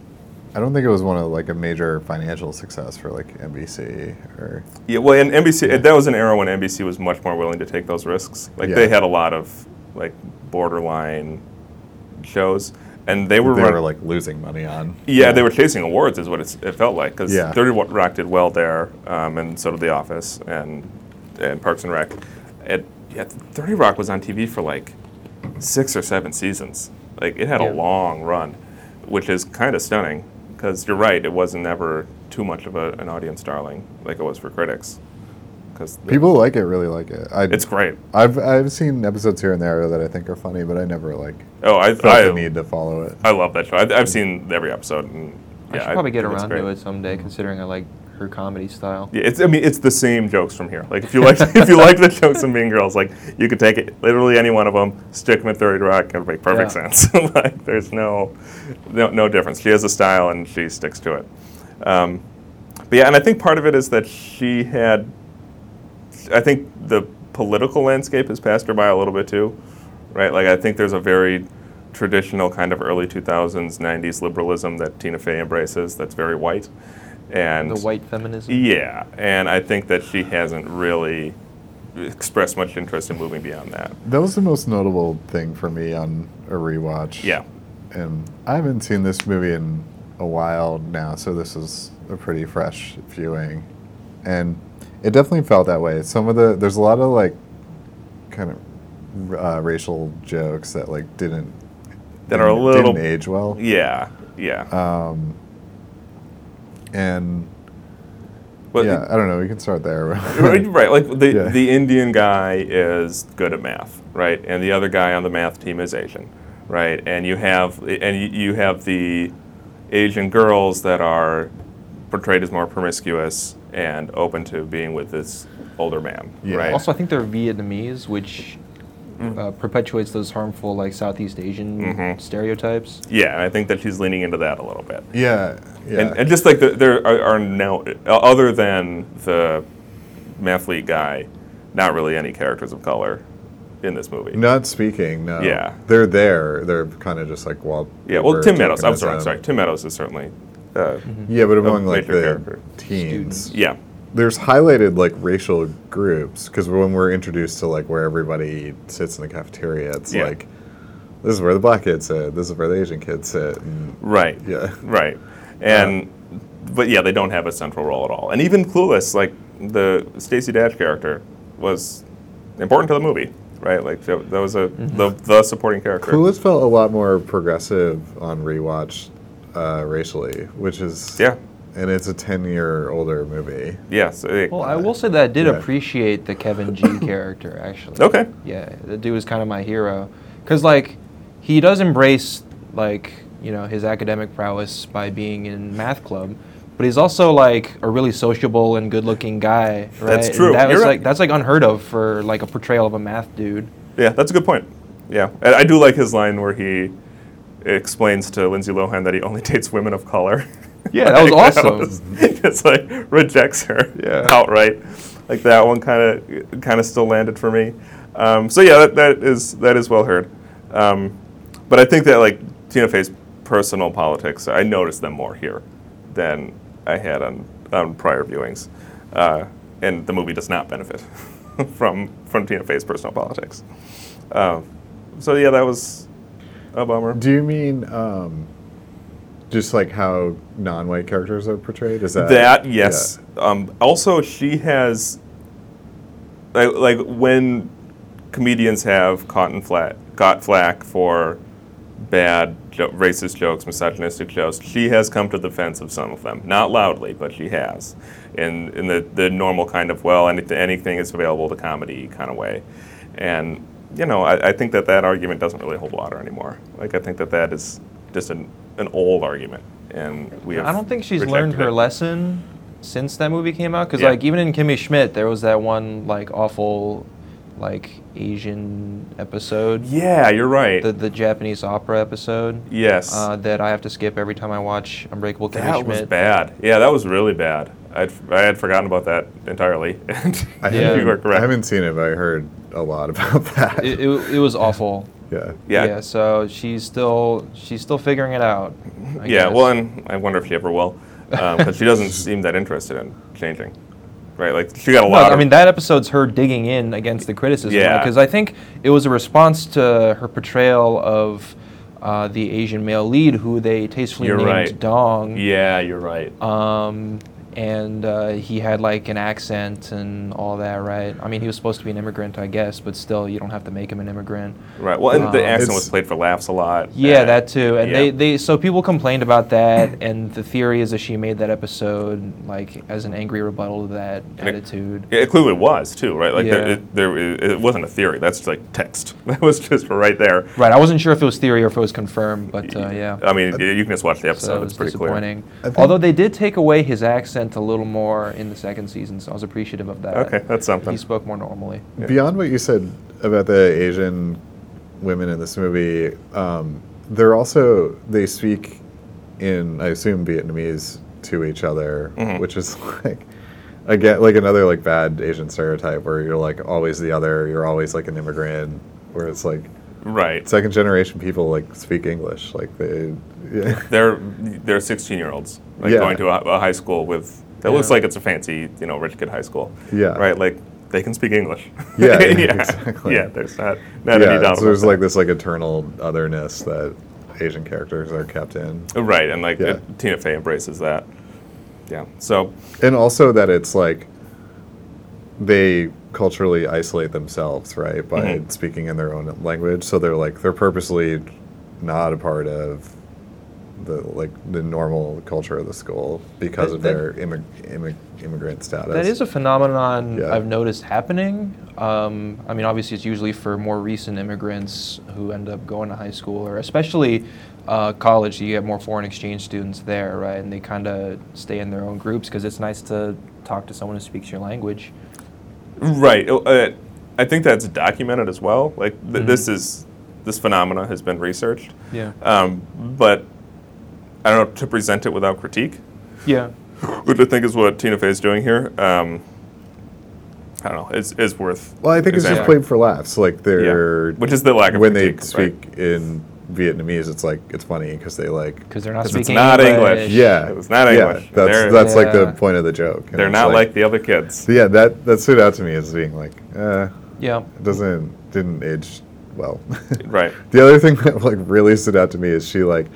Speaker 1: I don't think it was one of like a major financial success for like NBC or
Speaker 2: Yeah, well, and NBC that was an era when NBC was much more willing to take those risks. Like
Speaker 1: Yeah.
Speaker 2: they had a lot of like borderline shows, and they were
Speaker 1: they
Speaker 2: run-
Speaker 1: were like losing money on.
Speaker 2: Yeah, they were chasing awards, is what it's, it felt like. Because
Speaker 1: Yeah.
Speaker 2: 30 Wa- Rock did well there, um, and so did The Office and and Parks and Rec. It, yeah, 30 Rock was on TV for like six or seven seasons. Like it had a
Speaker 3: Yeah.
Speaker 2: long run, which is kind of stunning. Because you're right, it wasn't ever too much of a, an audience darling like it was for critics. Because
Speaker 1: People like it, really like it. I,
Speaker 2: it's great.
Speaker 1: I've I've seen episodes here and there that I think are funny, but I never like
Speaker 2: Oh, I
Speaker 1: felt
Speaker 2: I,
Speaker 1: the need to follow it.
Speaker 2: I love that show. I, I've seen every episode. And, yeah,
Speaker 3: I should probably get
Speaker 2: think it's
Speaker 3: around
Speaker 2: great.
Speaker 3: to it someday, considering I like her comedy style.
Speaker 2: Yeah, it's, I mean, it's the same jokes from here. Like, if you like, if you like the jokes in Mean Girls, like, you could take it literally any one of them, stick them at 30 Rock, it would make perfect
Speaker 3: Yeah.
Speaker 2: sense. like, there's no, no, no difference. She has a style and she sticks to it. Um, but yeah, and I think part of it is that she had, I think the political landscape has passed her by a little bit too, right? Like, I think there's a very traditional kind of early 2000s, 90s liberalism that Tina Fey embraces that's very white. And
Speaker 3: The white feminism.
Speaker 2: Yeah, and I think that she hasn't really expressed much interest in moving beyond that.
Speaker 1: That was the most notable thing for me on a rewatch.
Speaker 2: Yeah.
Speaker 1: And I haven't seen this movie in a while now, so this is a pretty fresh viewing. And it definitely felt that way. Some of the, there's a lot of like kind of uh, racial jokes that like didn't,
Speaker 2: That are a
Speaker 1: didn't-
Speaker 2: little-
Speaker 1: didn't age well.
Speaker 2: Yeah, yeah.
Speaker 1: Um, and
Speaker 2: But-
Speaker 1: yeah, I don't know. We can start there.
Speaker 2: right, right, like the,
Speaker 1: Yeah.
Speaker 2: the Indian guy is good at math, right? And the other guy on the math team is Asian, right? And you have and you- you have the Asian girls that are portrayed as more promiscuous and open to being with this older man,
Speaker 1: Yeah.
Speaker 2: right?
Speaker 3: Also, I think they're Vietnamese, which
Speaker 2: Mm.
Speaker 3: uh, perpetuates those harmful like Southeast Asian
Speaker 2: Mhm.
Speaker 3: stereotypes.
Speaker 2: yeah, and I think that she's leaning into that a little bit.
Speaker 1: Yeah. Yeah.
Speaker 2: And, and just like the, there are, are now, uh, other than the Mathlete guy, not really any characters of color in this movie.
Speaker 1: Not speaking, no.
Speaker 2: Yeah.
Speaker 1: They're there. They're kind of just like wall.
Speaker 2: Yeah, well, Tim Meadows. I'm sorry, I'm
Speaker 1: um,
Speaker 2: sorry. Tim Meadows is certainly. Uh,
Speaker 1: Yeah, but among
Speaker 2: A
Speaker 1: like
Speaker 2: major
Speaker 1: the
Speaker 2: character.
Speaker 1: teens,
Speaker 2: Yeah,
Speaker 1: there's highlighted like racial groups because when we're introduced to like where everybody sits in the cafeteria, it's
Speaker 2: Yeah.
Speaker 1: like this is where the black kids sit, this is where the Asian kids sit, and
Speaker 2: right.
Speaker 1: yeah,
Speaker 2: Right. And, but yeah, they don't have a central role at all. And even Clueless, like the Stacey Dash character, was important to the movie, right? Like that that was a the, the supporting character.
Speaker 1: Mm-hmm. Clueless felt a lot more progressive on rewatch uh, racially, which is
Speaker 2: Yeah.
Speaker 1: and it's a ten year older movie.
Speaker 2: Yeah. So it-
Speaker 3: Well, I will say that I did
Speaker 1: Yeah.
Speaker 3: appreciate the Kevin G character actually.
Speaker 2: Okay.
Speaker 3: Yeah, the dude was kind of my hero, because like he does embrace like you know his academic prowess by being in math club, but he's also like a really sociable and good-looking guy. Right?
Speaker 2: That's
Speaker 3: And
Speaker 2: true.
Speaker 3: that was
Speaker 2: You're right.
Speaker 3: like that's like unheard of for like a portrayal of a math dude.
Speaker 2: Yeah, that's a good point. Yeah, and I do like his line where he explains to Lindsay Lohan that he only dates women of color.
Speaker 3: Yeah, that was
Speaker 2: Like,
Speaker 3: awesome.
Speaker 2: was- just like rejects her
Speaker 3: Yeah.
Speaker 2: outright. Like that one kind of kind of still landed for me. Um, so yeah, that, that is that is well heard. Um, but I think that like Tina Fey's personal politics, I noticed them more here than I had on on prior viewings, uh, and the movie does not benefit from from Tina Fey's personal politics. Um, so yeah, that was a bummer.
Speaker 1: Do you mean um, just like how non-white characters are portrayed? Is that
Speaker 2: That
Speaker 1: yeah.
Speaker 2: yes. Um, also, she has like, like when comedians have cotton flat got flack for bad jo- racist jokes, misogynistic jokes. She has come to the fence of some of them, not loudly, but she has, in in the, the normal kind of well, anything anything is available to comedy kind of way, and you know I, I think that that argument doesn't really hold water anymore. Like I think that that is just an an old argument, and we have
Speaker 3: I don't think she's learned
Speaker 2: rejected
Speaker 3: her
Speaker 2: it.
Speaker 3: lesson since that movie came out. Because
Speaker 2: Yeah.
Speaker 3: like even in Kimmy Schmidt, there was that one like awful, like Asian episode,
Speaker 2: Yeah, you're right.
Speaker 3: the the Japanese opera episode.
Speaker 2: yes.
Speaker 3: Uh, that I have to skip every time I watch Unbreakable Kimmy
Speaker 2: that
Speaker 3: Schmidt.
Speaker 2: was bad. Yeah, that was really bad. I'd, I had forgotten about that entirely. And
Speaker 1: I
Speaker 3: Yeah.
Speaker 1: haven't-
Speaker 2: you
Speaker 1: I
Speaker 2: were correct.
Speaker 1: haven't seen it, but I heard a lot about that.
Speaker 3: It, it, it was awful.
Speaker 1: yeah.
Speaker 2: yeah.
Speaker 3: So she's still she's still figuring it out. I
Speaker 2: yeah,
Speaker 3: guess.
Speaker 2: well, and I wonder if she ever will. Because she doesn't seem that interested in changing. Right? Like, she got a
Speaker 3: No,
Speaker 2: lot
Speaker 3: I
Speaker 2: of.
Speaker 3: mean that episode's her digging in against the criticism
Speaker 2: Yeah.
Speaker 3: because I think it was a response to her portrayal of uh, the Asian male lead, who they tastefully
Speaker 2: You're
Speaker 3: named
Speaker 2: right.
Speaker 3: Dong.
Speaker 2: yeah, you're right.
Speaker 3: Um, and uh, he had like an accent and all that, right? I mean, he was supposed to be an immigrant, I guess, but still, you don't have to make him an immigrant.
Speaker 2: right. Well, and
Speaker 3: um,
Speaker 2: the accent was
Speaker 1: It's-
Speaker 2: played for laughs a lot.
Speaker 3: Yeah,
Speaker 2: and-
Speaker 3: that too. And
Speaker 2: yeah.
Speaker 3: they, they so people complained about that, and the theory is that she made that episode like as an angry rebuttal to that
Speaker 2: it-
Speaker 3: attitude.
Speaker 2: Yeah, it clearly was too, right? Like there,
Speaker 3: Yeah.
Speaker 2: it, there, it wasn't a theory. That's like text. That was just right there.
Speaker 3: Right, I wasn't sure if it was theory or if it was confirmed, but uh, yeah.
Speaker 2: I mean, you can just watch the episode.
Speaker 3: So it
Speaker 2: it's
Speaker 3: was
Speaker 2: pretty clear.
Speaker 3: disappointing.
Speaker 1: I think-
Speaker 3: Although they did take away his accent a little more in the second season, so I was appreciative of that.
Speaker 2: Okay, that's something.
Speaker 3: He spoke more normally.
Speaker 2: Yeah.
Speaker 1: Beyond what you said about the Asian women in this movie, um, they're also they speak in I assume Vietnamese to each other,
Speaker 2: Mhm.
Speaker 1: which is like again like another like bad Asian stereotype where you're like always the other, you're always like an immigrant, where it's like
Speaker 2: Right.
Speaker 1: Second generation people like speak English. Like they, yeah.
Speaker 2: They're they're 16 year olds like
Speaker 1: Yeah.
Speaker 2: going to a, a high school with that looks
Speaker 4: Yeah.
Speaker 2: like it's a fancy you know rich kid high school.
Speaker 1: Yeah.
Speaker 2: Right. Like they can speak English.
Speaker 1: Yeah, yeah, exactly.
Speaker 2: Yeah. There's not not any
Speaker 1: yeah
Speaker 2: doubt.
Speaker 1: so there's
Speaker 2: about
Speaker 1: like this like eternal otherness that Asian characters are kept in.
Speaker 2: that. right, and like
Speaker 1: Yeah.
Speaker 2: uh, Tina Fey embraces that. Yeah. So
Speaker 1: And also that it's like they culturally isolate themselves, right, by
Speaker 2: Mhm.
Speaker 1: speaking in their own language. So they're like they're purposely not a part of the like the normal culture of the school because
Speaker 4: That-
Speaker 1: of
Speaker 4: that-
Speaker 1: their immig- immig- immigrant status.
Speaker 4: That is a phenomenon
Speaker 1: Yeah.
Speaker 4: I've noticed happening. Um, I mean, obviously, it's usually for more recent immigrants who end up going to high school, or especially uh, college. You get more foreign exchange students there, right? And they kind of stay in their own groups because it's nice to talk to someone who speaks your language.
Speaker 2: Right. Oh, Uh, I think that's documented as well. Like th-
Speaker 3: Mm-hmm.
Speaker 2: this is this phenomena has been researched,
Speaker 4: Yeah.
Speaker 2: um, but I don't know to present it without critique,
Speaker 4: Yeah.
Speaker 2: which I think is what Tina Fey is doing here. Um, I don't know. It's, it's worth.
Speaker 1: well, I think it's just
Speaker 2: examining.
Speaker 1: played for laughs. Like they're
Speaker 2: Yeah. Which is the lack of
Speaker 1: when they
Speaker 2: critique, right?
Speaker 1: speak in Vietnamese, it's like it's funny because they like
Speaker 4: Because they're not
Speaker 2: 'Cause it's
Speaker 4: speaking
Speaker 2: not
Speaker 4: English.
Speaker 2: English.
Speaker 1: yeah,
Speaker 2: It's not
Speaker 1: yeah,
Speaker 2: English.
Speaker 1: that's
Speaker 2: They're-
Speaker 1: that's like the
Speaker 4: Yeah.
Speaker 1: point of the joke. And
Speaker 2: They're
Speaker 1: it's
Speaker 2: not like, the other kids.
Speaker 1: So yeah, that that stood out to me as being like, uh,
Speaker 4: Yeah.
Speaker 1: it doesn't didn't age well.
Speaker 2: Right.
Speaker 1: the other thing that like really stood out to me is she like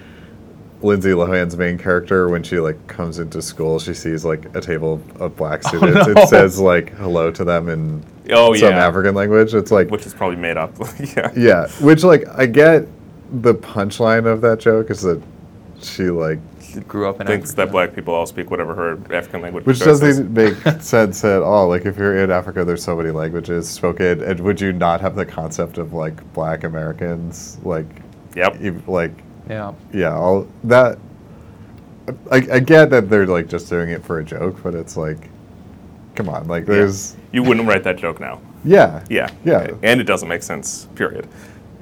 Speaker 1: Lindsay Lohan's main character when she like comes into school, she sees like a table of black students.
Speaker 4: no.
Speaker 1: It says like hello to them in
Speaker 2: Oh
Speaker 1: some
Speaker 2: yeah.
Speaker 1: African language. It's like
Speaker 2: Which is probably made up. yeah.
Speaker 1: yeah, which like I get the punchline of that joke is that she like
Speaker 4: Grew up in
Speaker 2: Thinks
Speaker 4: Africa.
Speaker 2: that black people all speak whatever her African language.
Speaker 1: Which
Speaker 2: choice is.
Speaker 1: doesn't make sense at all. Like, if you're in Africa, there's so many languages spoken, and would you not have the concept of like Black Americans? Like,
Speaker 2: Yep.
Speaker 1: ev- like,
Speaker 4: Yeah.
Speaker 1: yeah, all that. I, I get that they're like just doing it for a joke, but it's like, come on, like, there's
Speaker 2: You wouldn't write that joke now.
Speaker 1: yeah,
Speaker 2: Yeah.
Speaker 1: yeah,
Speaker 2: And it doesn't make sense. Period.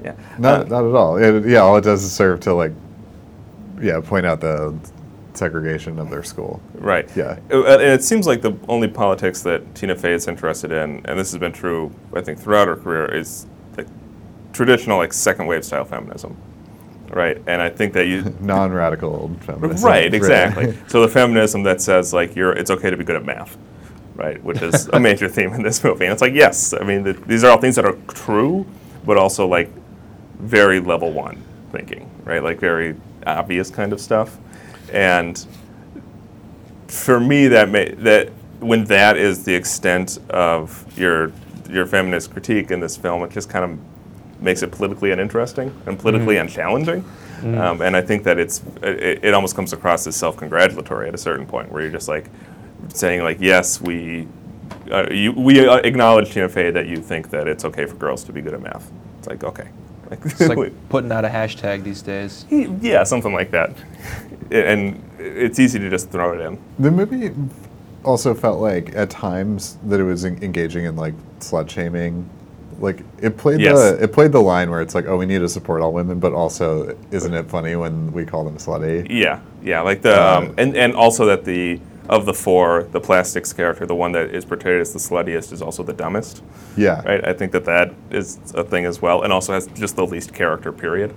Speaker 2: Yeah.
Speaker 1: not
Speaker 2: Uh,
Speaker 1: not at all. It, yeah, all it does is serve to like, yeah, point out the segregation of their school.
Speaker 2: Right.
Speaker 1: Yeah.
Speaker 2: Uh, And it seems like the only politics that Tina Fey is interested in, and this has been true, I think, throughout her career, is like traditional, like second wave style feminism. Right. And I think that you.
Speaker 1: Non-radical feminism.
Speaker 2: right. Exactly. so the feminism that says like you're, it's okay to be good at math. Right, which is a major theme in this movie, and it's like yes, I mean th these are all things that are true, but also like very level one thinking, right? Like very obvious kind of stuff. And for me, that may, that when that is the extent of your your feminist critique in this film, it just kind of makes it politically uninteresting and politically
Speaker 4: Mm-hmm.
Speaker 2: unchallenging. Um, and I think that it's it, it almost comes across as self-congratulatory at a certain point, where you're just like saying like, yes, we. Uh, you, we uh, acknowledge, Tina Fey, that you think that it's okay for girls to be good at math. It's like, okay. Like,
Speaker 4: It's like putting out a hashtag these days.
Speaker 2: yeah, something like that. And it's easy to just throw it in.
Speaker 1: The movie also felt like at times that it was en- engaging in like slut shaming. Like it played
Speaker 2: Yes.
Speaker 1: the it played the line where it's like, oh, we need to support all women, but also, isn't it funny when we call them slutty?
Speaker 2: Yeah, yeah, like the um, and and also that the of the four, the plastics character, the one that is portrayed as the sluttiest, is also the dumbest.
Speaker 1: Yeah,
Speaker 2: Right. I think that that is a thing as well, and also has just the least character. Period.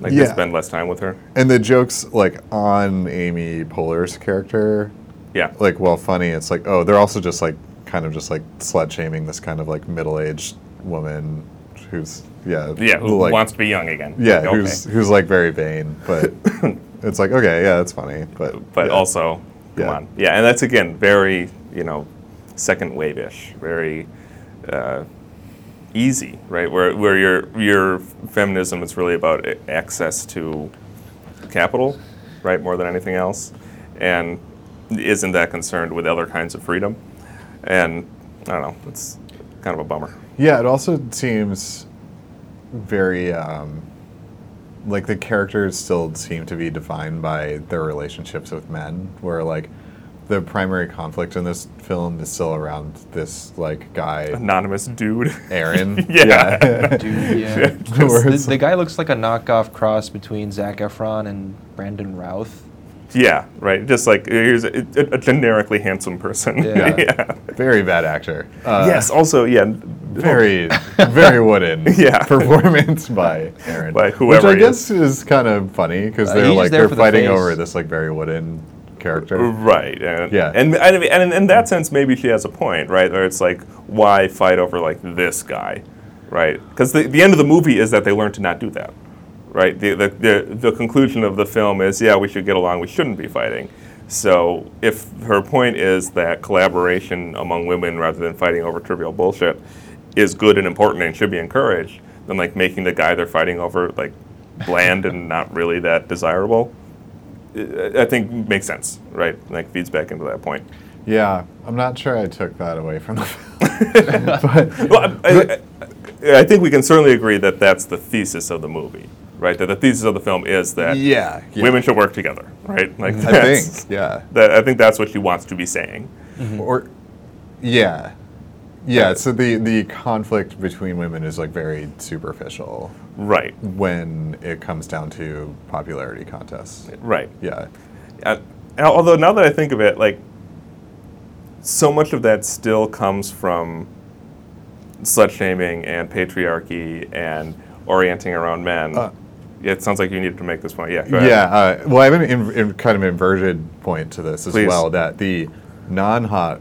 Speaker 2: Like they
Speaker 1: Yeah.
Speaker 2: spend less time with her.
Speaker 1: and the jokes like on Amy Poehler's character,
Speaker 2: Yeah.
Speaker 1: like well, funny. It's like, oh, they're also just like kind of just like slut shaming this kind of like middle aged woman who's yeah
Speaker 2: Yeah. Who
Speaker 1: like,
Speaker 2: wants to be young again?
Speaker 1: yeah
Speaker 2: Like,
Speaker 1: who's who's like very vain, but it's like okay, yeah, that's funny, but
Speaker 2: but
Speaker 1: yeah.
Speaker 2: also come
Speaker 1: Yeah.
Speaker 2: on yeah and that's again very you know second wave-ish very uh, easy right where, where your your feminism is really about a- access to capital right more than anything else and isn't that concerned with other kinds of freedom and i don't know it's kind of a bummer
Speaker 1: Yeah, it also seems very um, like the characters still seem to be defined by their relationships with men, where like the primary conflict in this film is still around this like guy
Speaker 2: anonymous dude
Speaker 1: Aaron.
Speaker 2: Yeah.
Speaker 4: Dude, yeah.
Speaker 1: Where
Speaker 4: the,
Speaker 1: it's
Speaker 4: the guy looks like a knockoff cross between Zach Efron and Brandon Routh.
Speaker 2: Yeah, right. Just like here's a, a generically handsome person.
Speaker 4: Yeah.
Speaker 2: yeah.
Speaker 1: Very bad actor. Uh,
Speaker 2: yes. Also, yeah.
Speaker 1: Very, very wooden
Speaker 2: Yeah.
Speaker 1: performance by Aaron.
Speaker 2: By whoever
Speaker 1: Which I
Speaker 2: he
Speaker 1: guess is kind of funny because
Speaker 4: Uh,
Speaker 1: they're
Speaker 4: he's
Speaker 1: like
Speaker 4: there
Speaker 1: they're
Speaker 4: for the
Speaker 1: fighting
Speaker 4: face.
Speaker 1: over this like very wooden character.
Speaker 2: Right. And,
Speaker 1: Yeah.
Speaker 2: And, and and in- in that sense, maybe she has a point, right? Where it's like, why fight over like this guy, right? Because the, the end of the movie is that they learn to not do that, right? The, the the the conclusion of the film is, yeah, we should get along. We shouldn't be fighting. So if her point is that collaboration among women rather than fighting over trivial bullshit is good and important and should be encouraged, then like making the guy they're fighting over like bland and not really that desirable I think makes sense, right? Like feeds back into that point.
Speaker 1: Yeah, I'm not sure I took that away from the film. but
Speaker 2: Well, I, I, I think we can certainly agree that that's the thesis of the movie, right? That the thesis of the film is that
Speaker 1: yeah, yeah.
Speaker 2: women should work together, right? Like
Speaker 1: I
Speaker 2: that's-
Speaker 1: think yeah,
Speaker 2: That, I think that's what she wants to be saying.
Speaker 1: or yeah, yeah. So the the conflict between women is like very superficial
Speaker 2: Right,
Speaker 1: when it comes down to popularity contests.
Speaker 2: right.
Speaker 1: Yeah,
Speaker 2: Uh, although now that I think of it, like so much of that still comes from slut shaming and patriarchy and orienting around men.
Speaker 1: Uh.
Speaker 2: it sounds like you needed to make this point. Yeah. Go ahead.
Speaker 1: yeah. Uh, well, I have an in, in kind of inverted point to this as
Speaker 2: Please.
Speaker 1: well. That the non-hot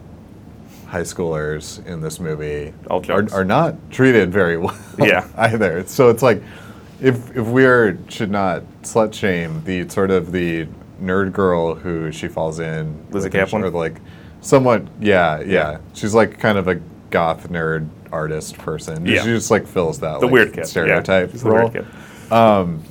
Speaker 1: high schoolers in this movie
Speaker 2: All
Speaker 1: are,
Speaker 2: jokes.
Speaker 1: are not treated very well.
Speaker 2: Yeah.
Speaker 1: either. So it's like if if we are should not slut shame the sort of the nerd girl who she falls in with
Speaker 2: Lizzy
Speaker 1: and
Speaker 2: Caplan?
Speaker 1: sort of like somewhat yeah, yeah
Speaker 2: Yeah.
Speaker 1: she's like kind of a goth nerd artist person
Speaker 2: Yeah.
Speaker 1: she just like fills that
Speaker 2: the
Speaker 1: like,
Speaker 2: weird kid yeah.
Speaker 1: stereotype
Speaker 2: She's the
Speaker 1: role
Speaker 2: weird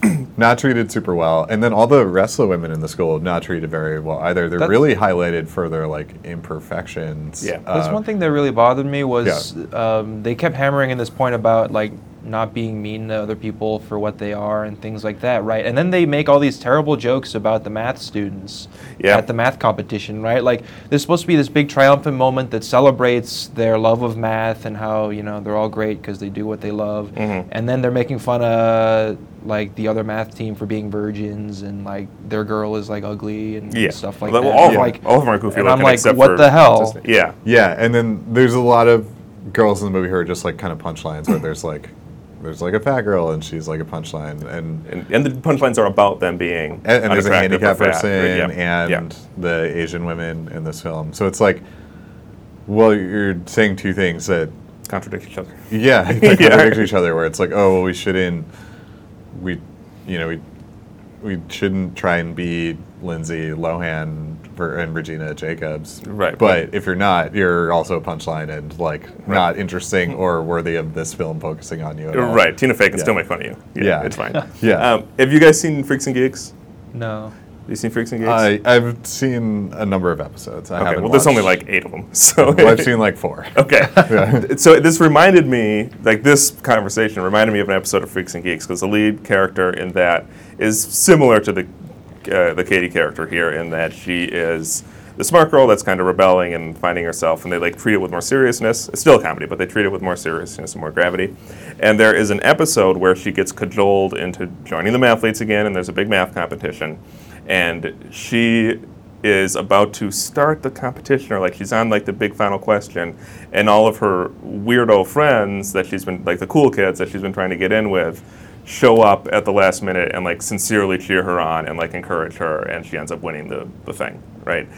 Speaker 2: kid.
Speaker 1: not treated super well and then all the wrestler women in the school not treated very well either they're
Speaker 4: That's-
Speaker 1: really highlighted for their like imperfections
Speaker 2: Yeah.
Speaker 1: Uh,
Speaker 4: That's one thing that really bothered me was um, they kept hammering in this point about like not being mean to other people for what they are and things like that, right? And then they make all these terrible jokes about the math students
Speaker 2: Yeah.
Speaker 4: at the math competition, right? Like there's supposed to be this big triumphant moment that celebrates their love of math and how you know they're all great because they do what they love,
Speaker 2: Mm-hmm.
Speaker 4: and then they're making fun of like the other math team for being virgins and like their girl is like ugly and
Speaker 2: Yeah.
Speaker 4: stuff like
Speaker 2: Well,
Speaker 4: that.
Speaker 2: All, of
Speaker 4: I'm
Speaker 2: them,
Speaker 4: like,
Speaker 2: all of them are goofy
Speaker 4: and
Speaker 2: looking
Speaker 4: I'm like,
Speaker 2: except
Speaker 4: what
Speaker 2: for
Speaker 4: the hell?
Speaker 2: just- yeah.
Speaker 1: Yeah, and then there's a lot of girls in the movie who are just like kind of punchlines where there's like there's like a fat girl and she's like a punchline and
Speaker 2: And, and the punchlines are about them being
Speaker 1: and, and there's a
Speaker 2: unattractive or
Speaker 1: handicapped
Speaker 2: fat,
Speaker 1: person
Speaker 2: right? Yeah. Yeah.
Speaker 1: and the Asian women in this film. So it's like well you're saying two things that
Speaker 2: contradict each other.
Speaker 1: yeah, they
Speaker 2: Yeah.
Speaker 1: contradict each other where it's like, oh well we shouldn't we you know, we we shouldn't try and be Lindsay Lohan for, and Regina Jacobs.
Speaker 2: Right.
Speaker 1: But if you're not, you're also a punchline and like not interesting or worthy of this film focusing on you. At all.
Speaker 2: Right. Tina Fey can
Speaker 1: Yeah.
Speaker 2: still make fun of you. Yeah,
Speaker 1: Yeah.
Speaker 2: it's fine.
Speaker 1: Yeah.
Speaker 2: Um, have you guys seen Freaks and Geeks?
Speaker 4: No.
Speaker 2: Have you seen Freaks and Geeks?
Speaker 1: I, I've seen a number of episodes. I
Speaker 2: okay.
Speaker 1: haven't
Speaker 2: Well, there's only
Speaker 1: watched-
Speaker 2: like Oh. eight of them. So
Speaker 1: well, I've seen like four.
Speaker 2: Okay.
Speaker 1: Yeah.
Speaker 2: So this reminded me, like this conversation reminded me of an episode of Freaks and Geeks because the lead character in that is similar to the uh, the Katie character here in that she is the smart girl that's kind of rebelling and finding herself, and they like treat it with more seriousness. It's still a comedy, but they treat it with more seriousness and more gravity. And there is an episode where she gets cajoled into joining the mathletes again, and there's a big math competition, and she is about to start the competition or like she's on like the big final question and all of her weirdo friends that she's been like the cool kids that she's been trying to get in with show up at the last minute and like sincerely cheer her on and like encourage her and she ends up winning the, the thing right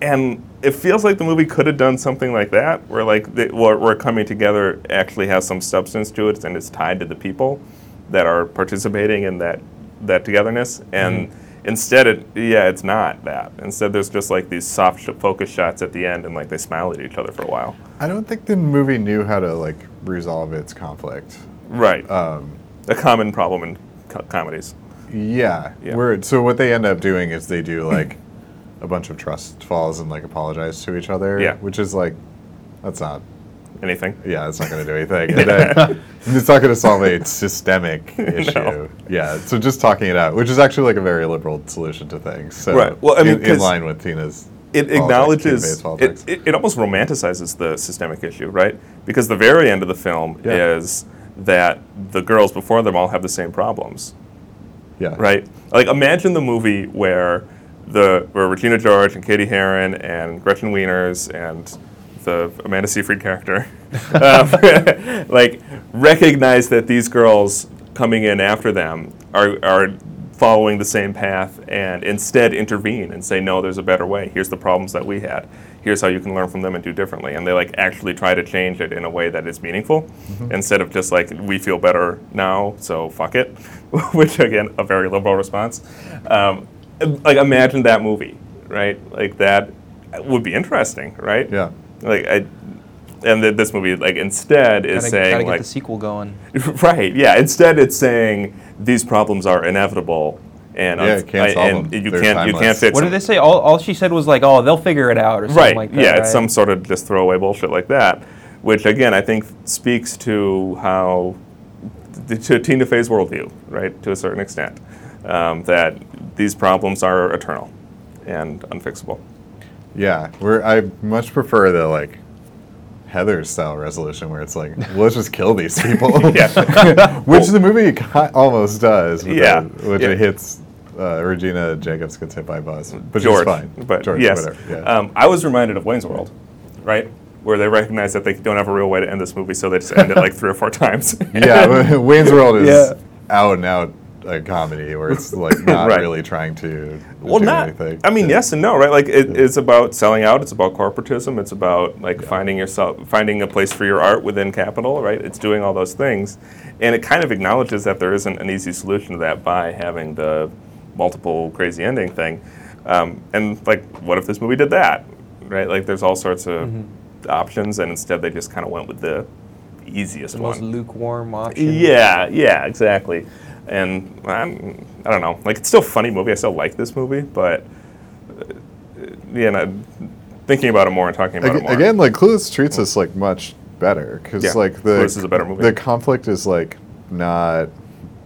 Speaker 2: and it feels like the movie could have done something like that where like the, where, where coming together actually has some substance to it and it's tied to the people that are participating in that that togetherness and
Speaker 1: Mm-hmm.
Speaker 2: instead it yeah it's not that instead there's just like these soft sh- focus shots at the end and like they smile at each other for a while
Speaker 1: I don't think the movie knew how to like resolve its conflict. Um,
Speaker 2: right Uh, a common problem in co- comedies
Speaker 1: Yeah.
Speaker 2: Yeah.
Speaker 1: Weird. So what they end up doing is they do like a bunch of trust falls and like apologize to each other.
Speaker 2: Yeah.
Speaker 1: Which is like that's not
Speaker 2: anything
Speaker 1: yeah, it's not gonna do anything. And then it's not gonna solve a systemic issue. Yeah. So just talking it out, which is actually like a very liberal solution to things. So
Speaker 2: Right. Well, I mean,
Speaker 1: in, in
Speaker 2: 'cause
Speaker 1: line with Tina's
Speaker 2: it
Speaker 1: politics,
Speaker 2: acknowledges
Speaker 1: Tina Fey's
Speaker 2: it,
Speaker 1: politics.
Speaker 2: it, it almost romanticizes the systemic issue right because the very end of the film
Speaker 1: Yeah.
Speaker 2: is that the girls before them all have the same problems
Speaker 1: yeah.
Speaker 2: right? Like imagine the movie where the where Regina George and Katie Heron and Gretchen Wieners and the Amanda Seyfried character, um, like recognize that these girls coming in after them are are following the same path and instead intervene and say no there's a better way here's the problems that we had here's how you can learn from them and do differently and they like actually try to change it in a way that is meaningful instead of just like we feel better now so fuck it which again a very liberal response um, like imagine that movie right like that would be interesting right
Speaker 1: Yeah.
Speaker 2: like i and th- this movie like instead is
Speaker 4: Gotta,
Speaker 2: saying
Speaker 4: gotta get
Speaker 2: like
Speaker 4: the sequel going.
Speaker 2: Right. Yeah. Instead, it's saying these problems are inevitable, and
Speaker 1: Yeah, you can't solve
Speaker 2: and
Speaker 1: them.
Speaker 2: you
Speaker 1: They're
Speaker 2: can't you can't
Speaker 1: timeless.
Speaker 2: fix
Speaker 4: What did
Speaker 2: them.
Speaker 4: they say? All, all she said was like, "Oh, they'll figure it out," or something
Speaker 2: right.
Speaker 4: like that.
Speaker 2: yeah.
Speaker 4: right?
Speaker 2: It's some sort of just throwaway bullshit like that, which again I think speaks to how to Tina Fey's worldview, right, to a certain extent, um, that these problems are eternal and unfixable.
Speaker 1: Yeah, we're, I much prefer the like Heather style resolution where it's like, well, let's just kill these people.
Speaker 2: Yeah.
Speaker 1: which the movie ki- almost does. with
Speaker 2: Yeah.
Speaker 1: the- which
Speaker 2: Yeah.
Speaker 1: it hits. Uh, Regina Jacobs gets hit by a bus, which
Speaker 2: George,
Speaker 1: is fine.
Speaker 2: But
Speaker 1: George,
Speaker 2: yes,
Speaker 1: whatever. Yeah.
Speaker 2: um, I was reminded of Wayne's World, right? Where they recognize that they don't have a real way to end this movie, so they just end it like three or four times.
Speaker 1: yeah, Wayne's World is
Speaker 3: Yeah.
Speaker 1: out and out a comedy where it's like not
Speaker 2: Right.
Speaker 1: really trying to
Speaker 2: well,
Speaker 1: do
Speaker 2: not.
Speaker 1: anything.
Speaker 2: I mean,
Speaker 1: Yeah.
Speaker 2: yes and no, right? Like it, it's about selling out. It's about corporatism. It's about like finding yourself, finding a place for your art within capital, right? It's doing all those things, and it kind of acknowledges that there isn't an easy solution to that by having the multiple crazy ending thing. Um, and like, what if this movie did that, right? Like, there's all sorts of
Speaker 1: Mm-hmm.
Speaker 2: options, and instead they just kind of went with the easiest
Speaker 4: the
Speaker 2: one.
Speaker 4: most lukewarm option.
Speaker 2: Yeah, yeah, exactly. And I'm, I don't know. Like, it's still a funny movie. I still like this movie, but uh, you know, thinking about it more and talking about
Speaker 1: Ag-
Speaker 2: it more.
Speaker 1: Again, like Clueless treats us like much better because
Speaker 2: Yeah,
Speaker 1: like the
Speaker 2: Clueless is a better movie.
Speaker 1: The conflict is like not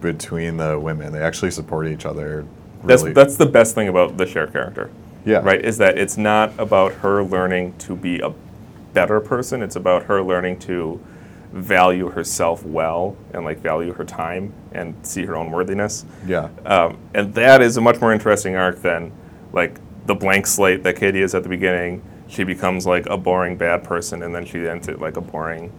Speaker 1: between the women; they actually support each other.
Speaker 2: that's
Speaker 1: Really,
Speaker 2: that's the best thing about the Cher character,
Speaker 1: yeah,
Speaker 2: right? Is that it's not about her learning to be a better person. It's about her learning to value herself well and like value her time and see her own worthiness.
Speaker 1: Yeah,
Speaker 2: Um, and that is a much more interesting arc than like the blank slate that Katie is at the beginning. She becomes like a boring bad person, and then she ends it like a boring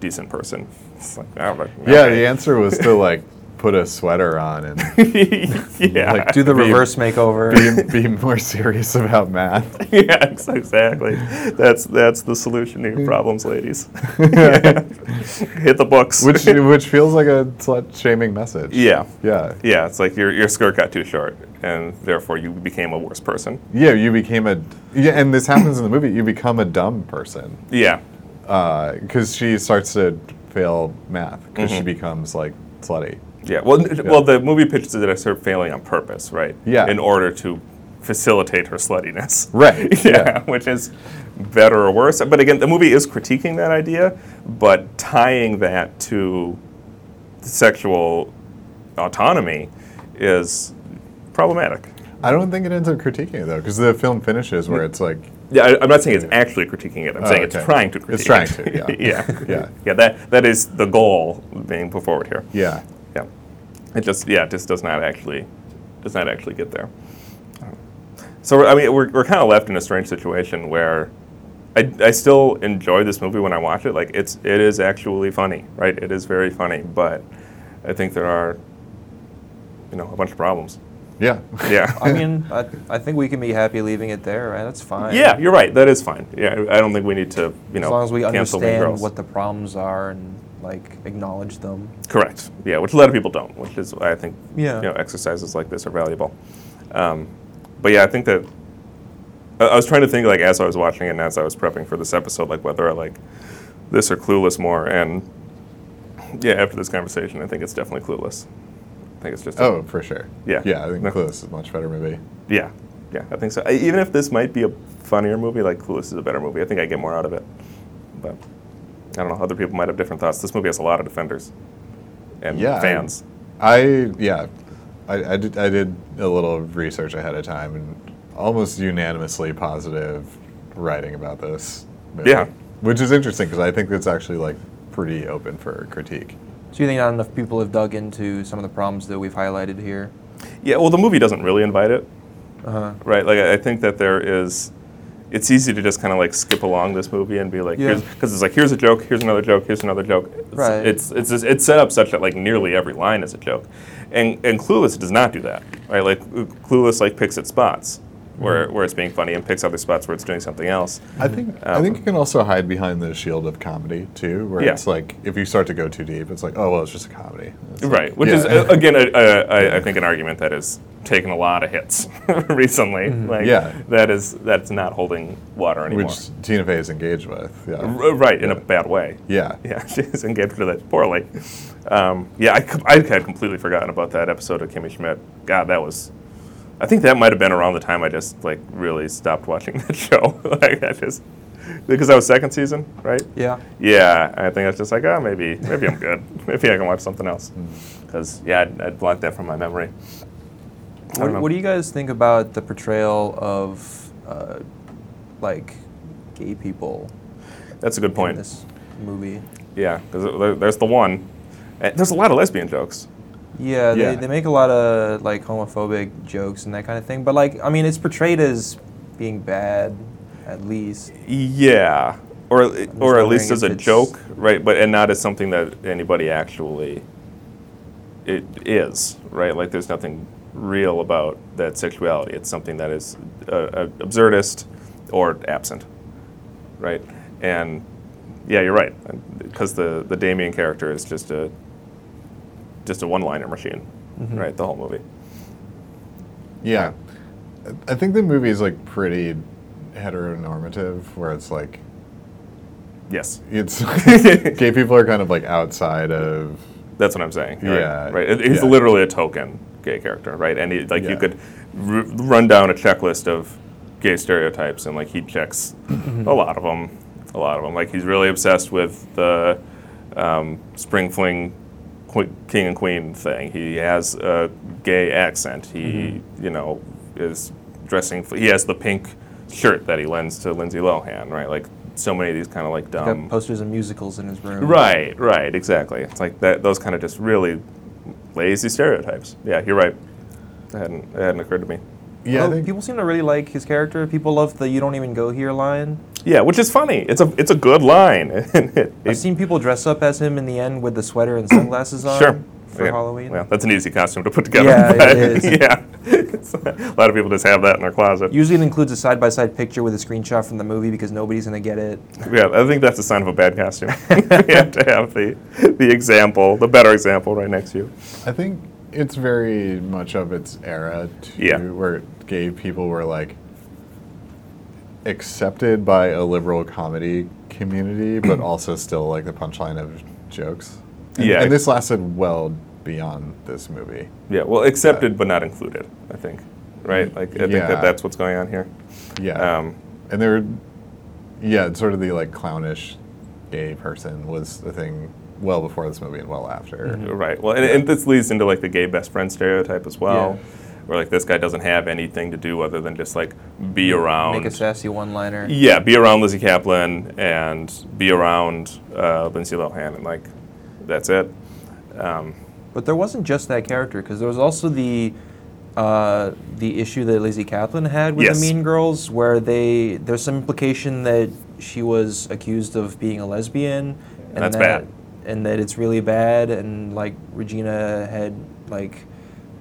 Speaker 2: decent person. It's like, oh, like,
Speaker 1: yeah. The answer was to like put a sweater on and
Speaker 2: yeah, yeah,
Speaker 1: like,
Speaker 3: Do the
Speaker 1: Be-
Speaker 3: reverse makeover.
Speaker 1: be, be more serious about math.
Speaker 2: yeah, ex- exactly. That's that's the solution to your problems, ladies. Hit the books.
Speaker 1: which which feels like a slut shaming message.
Speaker 2: yeah,
Speaker 1: yeah,
Speaker 2: yeah. It's like your your skirt got too short, and therefore you became a worse person.
Speaker 1: yeah. You became a yeah, and this happens in the movie. You become a dumb person.
Speaker 2: Yeah,
Speaker 1: because Uh, she starts to fail math because
Speaker 2: Mm-hmm.
Speaker 1: she becomes like slutty.
Speaker 2: Yeah. Well, n- well, the movie pitches it as her failing on purpose, right?
Speaker 1: Yeah.
Speaker 2: In order to facilitate her sluttiness.
Speaker 1: Right,
Speaker 2: yeah,
Speaker 1: yeah.
Speaker 2: Which is better or worse. But again, the movie is critiquing that idea, but tying that to sexual autonomy is problematic.
Speaker 1: I don't think it ends up critiquing it though, because the film finishes where it's like,
Speaker 2: Yeah, I, I'm not saying it's actually critiquing it. I'm
Speaker 1: Oh,
Speaker 2: saying
Speaker 1: okay.
Speaker 2: it's trying to
Speaker 1: It's
Speaker 2: critique.
Speaker 1: trying
Speaker 2: it.
Speaker 1: to, yeah.
Speaker 2: yeah.
Speaker 1: Yeah.
Speaker 2: Yeah. That that is the goal being put forward here.
Speaker 1: yeah,
Speaker 2: Yeah. It just yeah, it just does not actually does not actually get there. So we're- I mean, we're, we're kind of left in a strange situation where I, I still enjoy this movie when I watch it. Like it's it is actually funny, right? It is very funny, but I think there are you know a bunch of problems.
Speaker 1: yeah,
Speaker 2: Yeah.
Speaker 3: I mean, I, I think we can be happy leaving it there, right? That's fine.
Speaker 2: yeah, you're right. That is fine. Yeah, I I don't think we need to you know
Speaker 3: as long as we
Speaker 2: cancel Mean
Speaker 3: understand
Speaker 2: Girls.
Speaker 3: what the problems are and like acknowledge them.
Speaker 2: Correct. Yeah, which a lot of people don't, which is why I think
Speaker 3: Yeah.
Speaker 2: you know exercises like this are valuable. Um, but yeah, I think that I, I was trying to think like as I was watching it and as I was prepping for this episode, like whether I like this or Clueless more. And yeah, after this conversation, I think it's definitely Clueless. I think it's just a-
Speaker 1: oh for sure,
Speaker 2: Yeah.
Speaker 1: yeah. I think
Speaker 2: No.
Speaker 1: Clueless is a much better movie.
Speaker 2: yeah, yeah. I think so. I, even if this might be a funnier movie, like Clueless is a better movie. I think I get more out of it. But I don't know. Other people might have different thoughts. This movie has a lot of defenders and
Speaker 1: Yeah, I-
Speaker 2: fans.
Speaker 1: I yeah, I, I did I did a little research ahead of time and almost unanimously positive writing about this. Movie,
Speaker 2: Yeah.
Speaker 1: which is interesting because I think it's actually like pretty open for critique.
Speaker 3: So you think not enough people have dug into some of the problems that we've highlighted here?
Speaker 2: Yeah, well, the movie doesn't really invite it,
Speaker 3: Uh-huh.
Speaker 2: right? Like I I think that there is, it's easy to just kind of like skip along this movie and be like,
Speaker 3: Yeah.
Speaker 2: because it's like here's a joke, here's another joke, here's another joke. It's,
Speaker 3: Right.
Speaker 2: It's it's just- it's set up such that like nearly every line is a joke, and and Clueless does not do that, right? Like Clueless like picks its spots where
Speaker 1: Mm-hmm.
Speaker 2: where it's being funny and picks other spots where it's doing something else.
Speaker 1: I think I think you can also hide behind the shield of comedy too, where
Speaker 2: Yeah.
Speaker 1: it's like if you start to go too deep, it's like oh well, it's just a comedy. It's like-
Speaker 2: Right, which
Speaker 1: Yeah.
Speaker 2: is uh, again, a, a, a, I think an argument that has taken a lot of hits recently. Like
Speaker 1: Mm-hmm. Yeah.
Speaker 2: that is that's not holding water anymore.
Speaker 1: which Tina Fey is engaged with. Yeah,
Speaker 2: R- right, in a bad way.
Speaker 1: yeah.
Speaker 2: Yeah, she's engaged to that poorly. Um, yeah, I, com- I had completely forgotten about that episode of Kimmy Schmidt. God, that was. I think that might have been around the time I just like really stopped watching that show. like I just because that was second season, right?
Speaker 3: Yeah.
Speaker 2: Yeah, I think I was just like, oh, maybe maybe I'm good. maybe I can watch something else. Because yeah, I'd, I'd blocked that from my memory. I don't
Speaker 3: What,
Speaker 2: know.
Speaker 3: what do you guys think about the portrayal of uh, like gay people
Speaker 2: That's a good
Speaker 3: in
Speaker 2: point.
Speaker 3: this movie?
Speaker 2: Yeah, because there's the one. And there's a lot of lesbian jokes.
Speaker 3: Yeah,
Speaker 1: Yeah.
Speaker 3: They, they make a lot of like homophobic jokes and that kind of thing. But like, I mean, it's portrayed as being bad, at least.
Speaker 2: Yeah, or or at
Speaker 3: wondering
Speaker 2: least as
Speaker 3: if
Speaker 2: a
Speaker 3: it's-
Speaker 2: joke, right? But and not as something that anybody actually it is, right? Like there's nothing real about that sexuality. It's something that is uh, uh, absurdist or absent, right? And yeah, you're right, because the the Damien character is just a just a one-liner machine, right? The whole movie.
Speaker 1: Yeah. I think the movie is like pretty heteronormative, where it's like
Speaker 2: Yes,
Speaker 1: it's gay people are kind of like outside of
Speaker 2: That's what I'm saying. right?
Speaker 1: Yeah,
Speaker 2: Right. It- He's
Speaker 1: yeah.
Speaker 2: literally a token gay character, right? And he, like
Speaker 1: Yeah.
Speaker 2: you could r- run down a checklist of gay stereotypes, and like he checks
Speaker 1: Mm-hmm.
Speaker 2: a lot of them, a lot of them. Like he's really obsessed with the um, spring fling qu- king and queen thing. He has a gay accent. He,
Speaker 1: Mm-hmm.
Speaker 2: you know, is dressing. F- he has the pink shirt that he lends to Lindsay Lohan, right? Like so many of these kind of like
Speaker 3: Got
Speaker 2: dumb.
Speaker 3: posters of musicals in his room.
Speaker 2: Um, Right, right, exactly. It's like that, those kind of just really lazy stereotypes. Yeah, you're right. It hadn't, it hadn't occurred to me. Oh,
Speaker 1: yeah. I
Speaker 3: Although
Speaker 1: think-
Speaker 3: Oh, people seem to really like his character. People love the "you don't even go here" line.
Speaker 2: Yeah, which is funny. It's a it's a good line. It- it-
Speaker 3: I've seen people dress up as him in the end with the sweater and sunglasses on
Speaker 2: sure.
Speaker 3: for
Speaker 2: Yeah.
Speaker 3: Halloween.
Speaker 2: Well, that's an easy costume to put together.
Speaker 3: Yeah, it
Speaker 2: but
Speaker 3: is.
Speaker 2: Yeah, It's- a lot of people just have that in their closet.
Speaker 3: Usually, it includes a side-by-side picture with a screenshot from the movie because nobody's gonna get it.
Speaker 2: Yeah, I think that's a sign of a bad costume. you have to have the the example, the better example, right next to you.
Speaker 1: I think it's very much of its era too,
Speaker 2: Yeah.
Speaker 1: where gay people were like accepted by a liberal comedy community, but also still like the punchline of jokes. And,
Speaker 2: Yeah.
Speaker 1: and this lasted well beyond this movie.
Speaker 2: Yeah, well, accepted but not included. I think, right? Like, I think
Speaker 1: Yeah.
Speaker 2: that that's what's going on here.
Speaker 1: Yeah,
Speaker 2: Um,
Speaker 1: and they were, yeah, it's sort of the like clownish gay person was the thing well before this movie and well after.
Speaker 2: Right. Well, and, and this leads into like the gay best friend stereotype as well,
Speaker 3: Yeah.
Speaker 2: where like this guy doesn't have anything to do other than just like be around.
Speaker 3: Make a sassy one-liner.
Speaker 2: yeah, be around Lizzie Kaplan and be around uh, Lindsay Lohan, and like that's it. Um,
Speaker 3: But there wasn't just that character because there was also the uh, the issue that Lizzie Kaplan had with
Speaker 2: Yes.
Speaker 3: the Mean Girls, where they there's some implication that she was accused of being a lesbian, and
Speaker 2: That's
Speaker 3: that,
Speaker 2: bad.
Speaker 3: and that it's really bad, and like Regina had like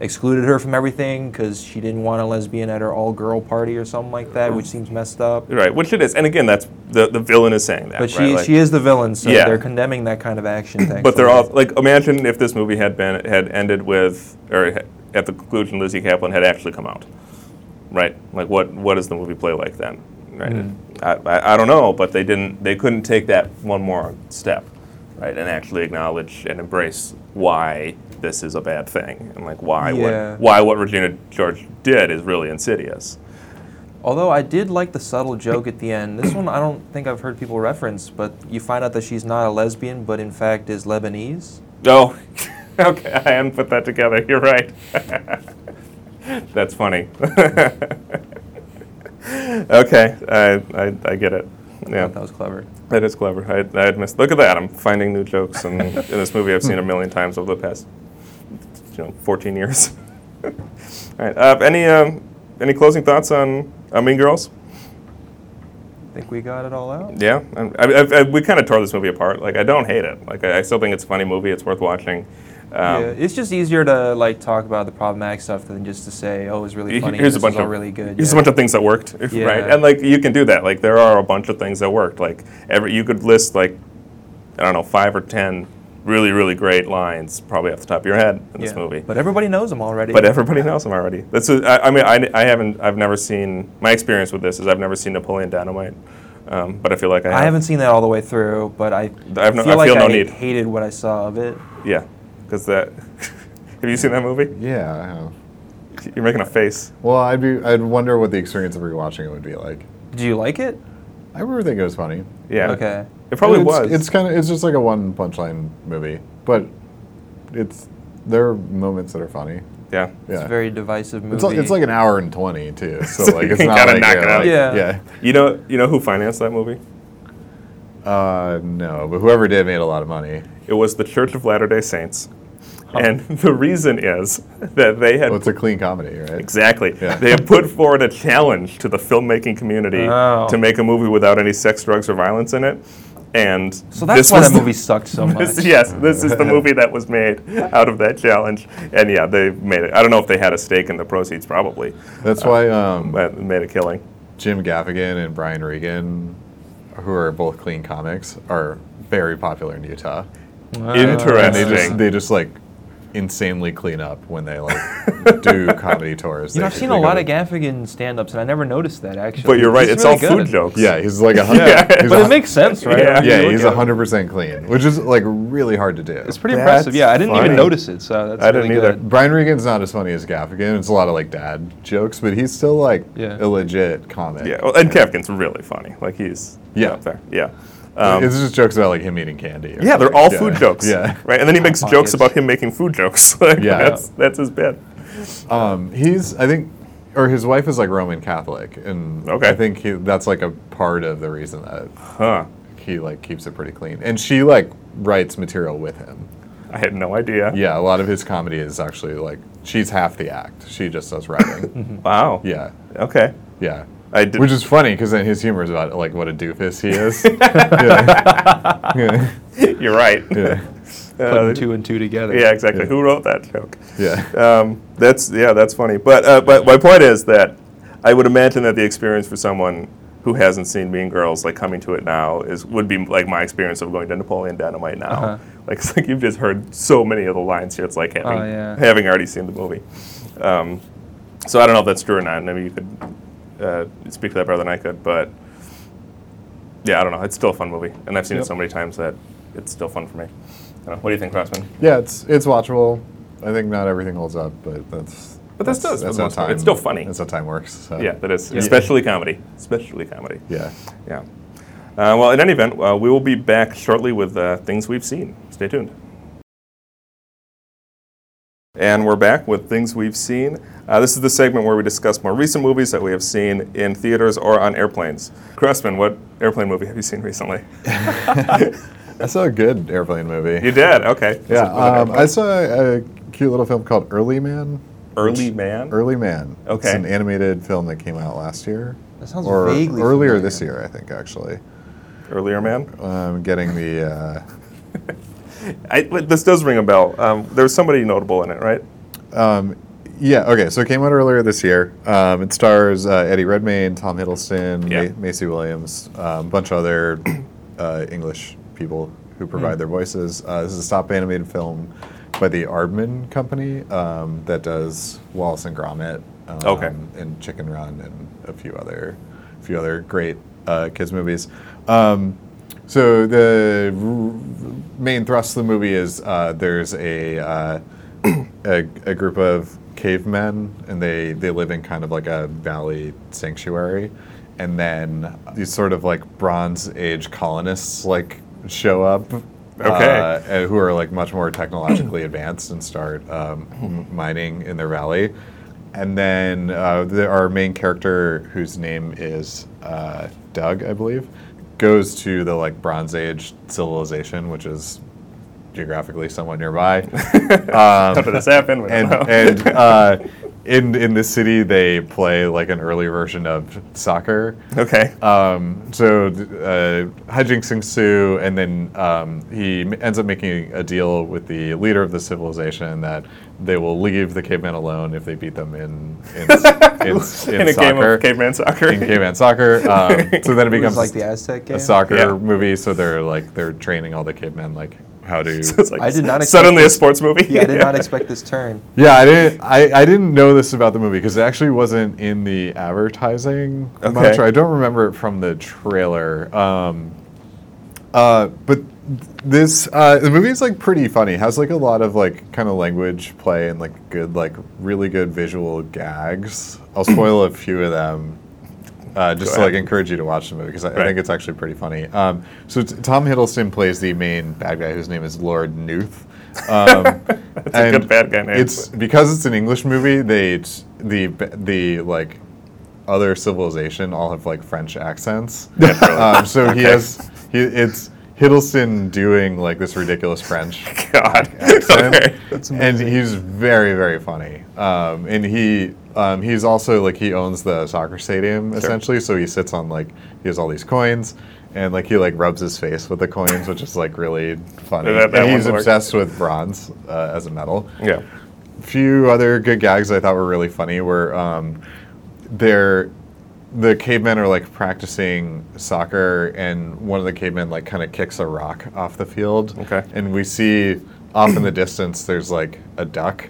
Speaker 3: excluded her from everything because she didn't want a lesbian at her all girl party or something like that, which seems messed up.
Speaker 2: right. Which it is, and again, that's the the villain is saying that.
Speaker 3: But she
Speaker 2: right? Like-
Speaker 3: she is the villain, so
Speaker 2: Yeah.
Speaker 3: they're condemning that kind of action.
Speaker 2: But they're all
Speaker 3: thankfully.
Speaker 2: like, imagine if this movie had been had ended with, or ha- at the conclusion, Lizzie Kaplan had actually come out, right? Like, what what does the movie play like then? Right? I, I I don't know, but they didn't they couldn't take that one more step, right? And actually acknowledge and embrace why this is a bad thing and like why
Speaker 3: Yeah.
Speaker 2: what why what Regina George did is really insidious.
Speaker 3: Although I did like the subtle joke at the end. This one I don't think I've heard people reference, but you find out that she's not a lesbian, but in fact is Lebanese.
Speaker 2: Oh, okay. I hadn't put that together. You're right. That's funny. okay, I, I, I get it.
Speaker 3: I
Speaker 2: Yeah,
Speaker 3: thought that was clever.
Speaker 2: that is clever. I, I had missed. Look at that. I'm finding new jokes in, in this movie I've seen a million times over the past, you know, 14 years. All right. Uh, any um, any closing thoughts on, on Mean Girls?
Speaker 3: I think we got it all out.
Speaker 2: Yeah, and I, I, I, we kind of tore this movie apart. Like I don't hate it. Like I, I still think it's a funny movie. It's worth watching. Um,
Speaker 3: yeah, it's just easier to like talk about the problematic stuff than just to say, "Oh, it was really
Speaker 2: he-
Speaker 3: funny."
Speaker 2: here's
Speaker 3: this
Speaker 2: a bunch
Speaker 3: is all
Speaker 2: of
Speaker 3: really good.
Speaker 2: Here's
Speaker 3: yeah.
Speaker 2: a bunch of things that worked, if-
Speaker 3: Yeah.
Speaker 2: right? And like you can do that. Like there are a bunch of things that worked. Like every you could list like I don't know five or ten really really great lines probably off the top of your head in this
Speaker 3: Yeah.
Speaker 2: movie.
Speaker 3: But everybody knows them already.
Speaker 2: But everybody knows him already. That's a, I, I mean, I, I haven't, I've never seen, my experience with this is I've never seen Napoleon Dynamite, um, but I feel like I, have.
Speaker 3: I haven't seen that all the way through, but I,
Speaker 2: have no-
Speaker 3: feel
Speaker 2: I
Speaker 3: like
Speaker 2: feel no
Speaker 3: I
Speaker 2: need.
Speaker 3: hated what I saw of it.
Speaker 2: Yeah, because that, have you seen that movie?
Speaker 1: Yeah. I have.
Speaker 2: You're making a face.
Speaker 1: Well, I'd be. I'd wonder what the experience of rewatching it would be like.
Speaker 3: Do you like it?
Speaker 1: I remember thinking it was funny.
Speaker 2: Yeah.
Speaker 3: Okay.
Speaker 2: It probably
Speaker 1: it's,
Speaker 2: was.
Speaker 1: It's kind of. It's just like a one punchline movie, but it's there are moments that are funny.
Speaker 2: yeah.
Speaker 1: Yeah.
Speaker 3: It's a very divisive movie.
Speaker 1: It's like, it's like an hour and twenty too. So,
Speaker 2: So
Speaker 1: like
Speaker 2: you
Speaker 1: it's not
Speaker 2: gotta
Speaker 1: like uh,
Speaker 2: knock
Speaker 1: you're
Speaker 2: it out.
Speaker 1: like-
Speaker 3: Yeah.
Speaker 2: You know, you know who financed that movie?
Speaker 1: yeah. Uh, no, but whoever did made a lot of money.
Speaker 2: It was the Church of Latter Day Saints, and the reason is that they had
Speaker 1: Well, it's a clean comedy, right?
Speaker 2: Exactly.
Speaker 1: Yeah.
Speaker 2: They have put forward a challenge to the filmmaking community
Speaker 3: Oh.
Speaker 2: to make a movie without any sex, drugs, or violence in it. And
Speaker 3: so that's
Speaker 2: this
Speaker 3: why
Speaker 2: was
Speaker 3: that
Speaker 2: the-
Speaker 3: movie sucked so much.
Speaker 2: this- yes, this is the movie that was made out of that challenge. And yeah, they made it. I don't know if they had a stake in the proceeds, probably,
Speaker 1: That's why um,
Speaker 2: but it made a killing.
Speaker 1: Jim Gaffigan and Brian Regan, who are both clean comics, are very popular in Utah. And they just
Speaker 2: Interesting.
Speaker 1: they just like insanely clean up when they like do comedy tours.
Speaker 3: You know,
Speaker 1: They-
Speaker 3: I've seen
Speaker 1: they
Speaker 3: a
Speaker 1: go
Speaker 3: lot
Speaker 1: to-
Speaker 3: of Gaffigan stand-ups, and I never noticed that actually.
Speaker 2: But you're right,
Speaker 3: He's
Speaker 2: it's
Speaker 3: really
Speaker 2: all food
Speaker 3: good.
Speaker 2: jokes.
Speaker 1: Yeah, he's like a hundred.
Speaker 2: Yeah.
Speaker 1: he's a
Speaker 2: But it
Speaker 1: hun-
Speaker 3: It makes sense, right?
Speaker 2: Yeah.
Speaker 3: I mean, you
Speaker 1: Yeah,
Speaker 3: look
Speaker 1: he's
Speaker 3: at it.
Speaker 1: hundred percent clean, which is like really hard to do.
Speaker 4: It's pretty
Speaker 2: That's
Speaker 4: impressive. Yeah, I didn't
Speaker 2: funny.
Speaker 4: even notice it, so that's
Speaker 2: I didn't
Speaker 4: really
Speaker 2: either.
Speaker 4: good.
Speaker 1: Brian Regan's not as funny as Gaffigan. It's a lot of like dad jokes, but he's still like
Speaker 4: Yeah.
Speaker 1: a legit comic.
Speaker 2: Yeah. Well, and Kevkin's really funny. Like, he's
Speaker 1: Yeah.
Speaker 2: up there. Yeah. Um,
Speaker 1: it's just jokes about like him eating candy. or
Speaker 2: yeah, they're
Speaker 1: something.
Speaker 2: all food jokes.
Speaker 1: Yeah.
Speaker 2: Right? And then he makes jokes
Speaker 4: Pockets.
Speaker 2: about him making food jokes. like,
Speaker 1: Yeah.
Speaker 2: That's, that's his bit.
Speaker 1: Um, he's I think, or his wife is like Roman Catholic, and
Speaker 2: Okay.
Speaker 1: I think he, that's like a part of the reason that
Speaker 2: Huh.
Speaker 1: he like keeps it pretty clean, and she like writes material with him.
Speaker 2: I had no idea.
Speaker 1: Yeah, a lot of his comedy is actually like she's half the act. She just does writing.
Speaker 2: Wow.
Speaker 1: yeah,
Speaker 2: Okay.
Speaker 1: yeah.
Speaker 2: I did.
Speaker 1: Which is funny because then his humor is about like what a doofus he is. Yeah. yeah.
Speaker 2: you're right.
Speaker 1: Yeah.
Speaker 2: Uh,
Speaker 4: Putting two and two together.
Speaker 2: yeah, exactly.
Speaker 1: Yeah.
Speaker 2: Who wrote that joke?
Speaker 1: Yeah.
Speaker 2: Um, that's yeah, that's funny. But uh, but my point is that I would imagine that the experience for someone who hasn't seen Mean Girls, like coming to it now, is would be like my experience of going to Napoleon Dynamite now.
Speaker 3: Uh-huh.
Speaker 2: Like it's like you've just heard so many of the lines here. It's like having
Speaker 3: Oh, yeah.
Speaker 2: having already seen the movie. Um, so I don't know if that's true or not. Maybe you could uh, speak to that better than I could, but. Yeah, I don't know. It's still a fun movie, and I've seen it
Speaker 4: Yep.
Speaker 2: so many times that it's still fun for me. I don't know. What do you think, Crossman?
Speaker 1: Yeah, it's it's watchable. I think not everything holds up, but that's
Speaker 2: But that's still- for the
Speaker 1: how
Speaker 2: most part, it's still funny.
Speaker 1: That's how time works. So.
Speaker 2: Yeah, that is
Speaker 3: Yeah.
Speaker 2: especially comedy, especially comedy.
Speaker 1: yeah.
Speaker 2: Yeah. Uh, well, in any event, uh, we will be back shortly with uh, things we've seen. Stay tuned. And we're back with things we've seen. Uh, this is the segment where we discuss more recent movies that we have seen in theaters or on airplanes. Crossman, what airplane movie have you seen recently?
Speaker 1: I saw a good airplane movie.
Speaker 2: You did. Okay. This
Speaker 1: yeah,
Speaker 2: is uh, with an
Speaker 1: um, I
Speaker 2: airplane.
Speaker 1: saw a, a cute little film called Early Man.
Speaker 2: Early Man.
Speaker 1: Early Man.
Speaker 2: Okay.
Speaker 1: It's an animated film that came out last year.
Speaker 3: That sounds
Speaker 1: or
Speaker 3: vaguely
Speaker 1: earlier
Speaker 3: familiar.
Speaker 1: this year, I think actually.
Speaker 2: Earlier Man.
Speaker 1: Um, getting the uh,
Speaker 2: I, this does ring a bell. Um, there was somebody notable in it, right?
Speaker 1: Um, yeah, okay, so it came out earlier this year. Um, it stars uh, Eddie Redmayne, Tom Hiddleston,
Speaker 2: Yeah.
Speaker 1: Ma- Macy Williams, a bunch of other uh, English people who
Speaker 2: Hmm.
Speaker 1: provide their voices. Uh, this is a stop animated film by the Aardman Company um, that does Wallace and Gromit um,
Speaker 2: Okay.
Speaker 1: and Chicken Run and a few other, a few other great uh, kids movies. Um, so the r- main thrust of the movie is uh, there's a, uh, a a group of cavemen, and they they live in kind of like a valley sanctuary, and then these sort of like Bronze Age colonists like show up.
Speaker 2: Okay.
Speaker 1: uh, and who are like much more technologically advanced and start um, m- mining in their valley, and then uh, the, our main character, whose name is uh, Doug, I believe, goes to the like Bronze Age civilization, which is geographically somewhat nearby,
Speaker 2: How did this happen? We don't
Speaker 1: and and
Speaker 2: know.
Speaker 1: uh, in in the city they play like an early version of soccer.
Speaker 2: Okay.
Speaker 1: Um, so uh, hijinks ensue, and then um, he m- ends up making a deal with the leader of the civilization that they will leave the cavemen alone if they beat them in in, in, in,
Speaker 2: in a game
Speaker 1: soccer.
Speaker 2: of caveman soccer.
Speaker 1: in caveman soccer, um, so then it
Speaker 3: It was
Speaker 1: becomes
Speaker 3: like the Aztec game.
Speaker 1: a soccer
Speaker 2: Yeah.
Speaker 1: movie. So they're like they're training all the cavemen like how to.
Speaker 2: So it's like
Speaker 3: I did not expect
Speaker 2: suddenly a
Speaker 3: this-
Speaker 2: sports movie.
Speaker 3: Yeah, I did not expect this turn.
Speaker 1: Yeah, I didn't. I, I didn't know this about the movie because it actually wasn't in the advertising much,
Speaker 2: Okay.
Speaker 1: or I don't remember it from the trailer. Um, uh, but this uh, the movie is like pretty funny. It has like a lot of like kind of language play and like good like really good visual gags. I'll spoil a few of them. Uh, just
Speaker 2: Go
Speaker 1: to like
Speaker 2: ahead.
Speaker 1: encourage you to watch the movie because I, I
Speaker 2: Right.
Speaker 1: think it's actually pretty funny. Um, so t- Tom Hiddleston plays the main bad guy whose name is Lord Newth. Um,
Speaker 2: That's a good bad guy name.
Speaker 1: It's because it's an English movie. They it's- the the like other civilization all have like French accents. um, so he has he, it's Hiddleston doing like this ridiculous French
Speaker 2: God.
Speaker 1: accent,
Speaker 2: Okay.
Speaker 1: and he's very very funny. Um, and he um, he's also like he owns the soccer stadium essentially, so he sits on like he has all these coins. And like he like rubs his face with the coins, which is like really funny.
Speaker 2: That- that
Speaker 1: and he's
Speaker 2: one worked.
Speaker 1: obsessed with bronze uh, as a metal
Speaker 2: Yeah.
Speaker 1: few other good gags I thought were really funny were um, they're the cavemen are like practicing soccer, and one of the cavemen like kind of kicks a rock off the field.
Speaker 2: Okay.
Speaker 1: And we see off in the distance there's like a duck,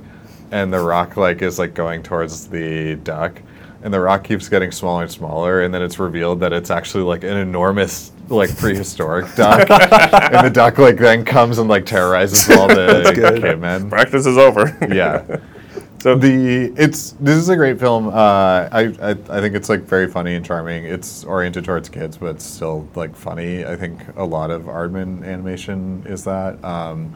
Speaker 1: and the rock like is like going towards the duck, and the rock keeps getting smaller and smaller, and then it's revealed that it's actually like an enormous like prehistoric duck, and the duck like then comes and like terrorizes all the
Speaker 3: good.
Speaker 1: cavemen.
Speaker 2: Practice is over.
Speaker 1: Yeah.
Speaker 2: So
Speaker 1: The it's this is a great film. Uh, I, I I think it's like very funny and charming. It's oriented towards kids, but it's still like funny. I think a lot of Aardman animation is that. Um,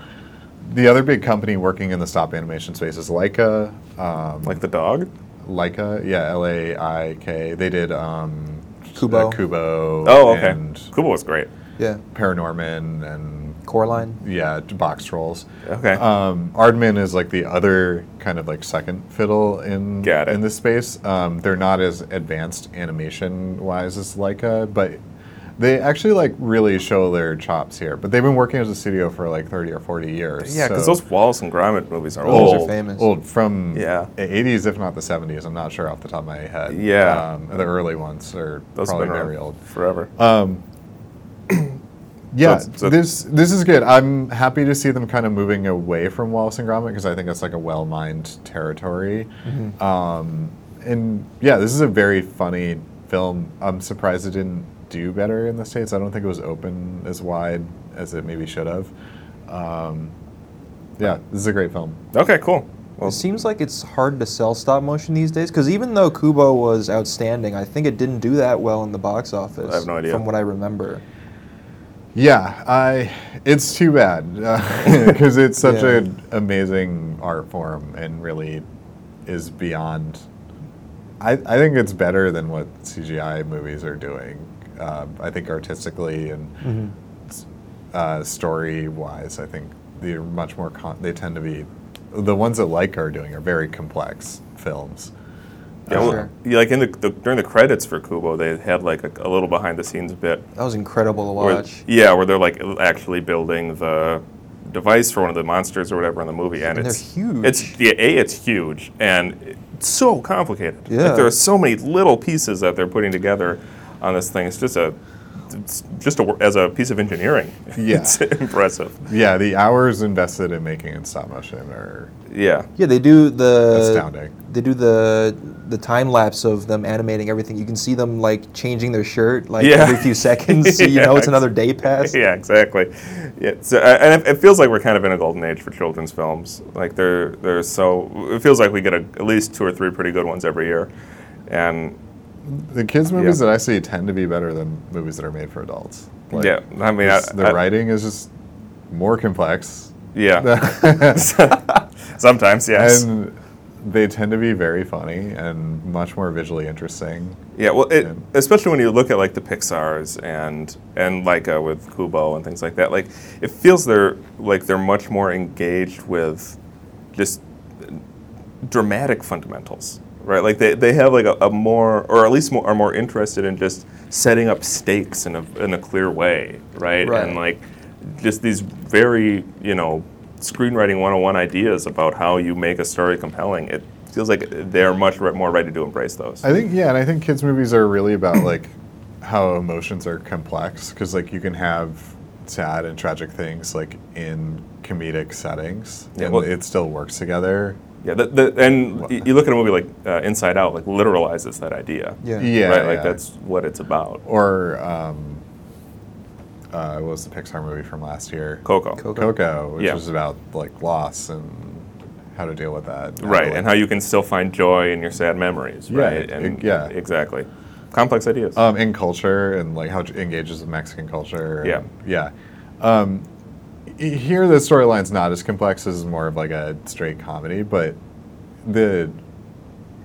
Speaker 1: the other big company working in the stop animation space is Leica. Um,
Speaker 2: like the dog.
Speaker 1: Leica, yeah, L A I K. They did um,
Speaker 3: Kubo.
Speaker 1: uh, Kubo.
Speaker 2: Oh, okay.
Speaker 1: And
Speaker 2: Kubo was great.
Speaker 3: Yeah,
Speaker 1: Paranorman and
Speaker 3: Coraline.
Speaker 1: yeah, box trolls.
Speaker 2: Okay.
Speaker 1: Um, Aardman is like the other kind of like second fiddle in
Speaker 2: Got it.
Speaker 1: in this space. Um, they're not as advanced animation wise as Leica, but they actually like really show their chops here. But they've been working as a studio for like thirty or forty years.
Speaker 2: yeah, because
Speaker 1: so-
Speaker 2: those Wallace and Gromit movies are
Speaker 3: Those are
Speaker 2: old.
Speaker 3: famous.
Speaker 1: Old from
Speaker 2: Yeah.
Speaker 1: the 80s, if not the 70s. I'm not sure off the top of my head.
Speaker 2: Yeah.
Speaker 1: Um, the early ones are
Speaker 2: Those have
Speaker 1: probably
Speaker 2: been around
Speaker 1: very old.
Speaker 2: forever.
Speaker 1: Yeah,
Speaker 2: it's- so-
Speaker 1: this this is good. I'm happy to see them kind of moving away from Wallace and Gromit because I think that's like a well-mined territory.
Speaker 2: Mm-hmm.
Speaker 1: Um, and yeah, this is a very funny film. I'm surprised it didn't do better in the states. I don't think it was open as wide as it maybe should have. Um, yeah, this is a great film.
Speaker 2: okay, cool. Well,
Speaker 3: It seems like it's hard to sell stop motion these days because even though Kubo was outstanding, I think it didn't do that well in the box office.
Speaker 2: I have no idea.
Speaker 3: From what I remember.
Speaker 1: Yeah, I. It's too bad because it's such
Speaker 3: Yeah.
Speaker 1: an amazing art form and really is beyond. I, I think it's better than what CGI movies are doing. Uh, I think artistically and s- uh, story wise, I think they're much more. Con- they tend to be the ones that like are doing are very complex films.
Speaker 2: yeah, well,
Speaker 3: Sure.
Speaker 2: yeah, like in the, the during the credits for Kubo, they had like a, a little behind the scenes bit.
Speaker 3: That was incredible to
Speaker 2: Where,
Speaker 3: watch.
Speaker 2: yeah, where they're like actually building the device for one of the monsters or whatever in the movie, and,
Speaker 3: And they're
Speaker 2: it's
Speaker 3: huge.
Speaker 2: It's yeah, a it's huge and it's so complicated.
Speaker 3: Yeah.
Speaker 2: like, there are so many little pieces that they're putting together on this thing. It's just a, it's just a, wor- as a piece of engineering.
Speaker 1: Yeah.
Speaker 2: it's impressive.
Speaker 1: Yeah, the hours invested in making it stop motion are
Speaker 2: Yeah,
Speaker 3: Yeah, they do the
Speaker 1: Astounding.
Speaker 3: They do the the time lapse of them animating everything. You can see them like changing their shirt like
Speaker 2: Yeah.
Speaker 3: every few seconds, so you know
Speaker 2: Yeah,
Speaker 3: it's another day past.
Speaker 2: yeah, exactly. Yeah, so, uh, and it, it feels like we're kind of in a golden age for children's films. Like they're they're so it feels like we get a, at least two or three pretty good ones every year, and
Speaker 1: The kids' movies
Speaker 2: Yeah.
Speaker 1: that I see tend to be better than movies that are made for adults.
Speaker 2: Yeah, I mean, I-
Speaker 1: it's- the
Speaker 2: I-
Speaker 1: writing is just more complex,
Speaker 2: yeah, sometimes yes.
Speaker 1: and they tend to be very funny and much more visually interesting.
Speaker 2: Yeah, well, it,
Speaker 1: Yeah.
Speaker 2: especially when you look at like the Pixar's and and Leica with Kubo and things like that, like it feels they're like they're much more engaged with just dramatic fundamentals, right? Like they, they have like a, a more, or at least more, are more interested in just setting up stakes in a, in a clear way, right?
Speaker 4: Right.
Speaker 2: And like just these very, you know, screenwriting 101 ideas about how you make a story compelling. It feels like they're much re- more ready to embrace those.
Speaker 1: I think yeah, and I think kids movies are really about like how emotions are complex because like you can have sad and tragic things like in comedic settings
Speaker 2: Yeah,
Speaker 1: and
Speaker 2: well-
Speaker 1: it still works together.
Speaker 2: yeah, the, the, and y- you look at a movie like uh, Inside Out, like literalizes that idea.
Speaker 4: Yeah.
Speaker 1: Yeah,
Speaker 2: right? Like
Speaker 1: yeah.
Speaker 2: that's what it's about.
Speaker 1: or um, uh, what was the Pixar movie from last year?
Speaker 2: Coco.
Speaker 4: Coco.
Speaker 1: Coco, which
Speaker 2: Yeah.
Speaker 1: was about like loss and how to deal with that.
Speaker 2: Right, and how you can still find joy in your sad memories,
Speaker 1: Yeah,
Speaker 2: right?
Speaker 1: e-
Speaker 2: and
Speaker 1: yeah.
Speaker 2: exactly. Complex ideas.
Speaker 1: um, in culture and like how it engages with Mexican culture. and- yeah.
Speaker 2: Yeah.
Speaker 1: Um, e- here, the storyline's not as complex as more of like a straight comedy, but the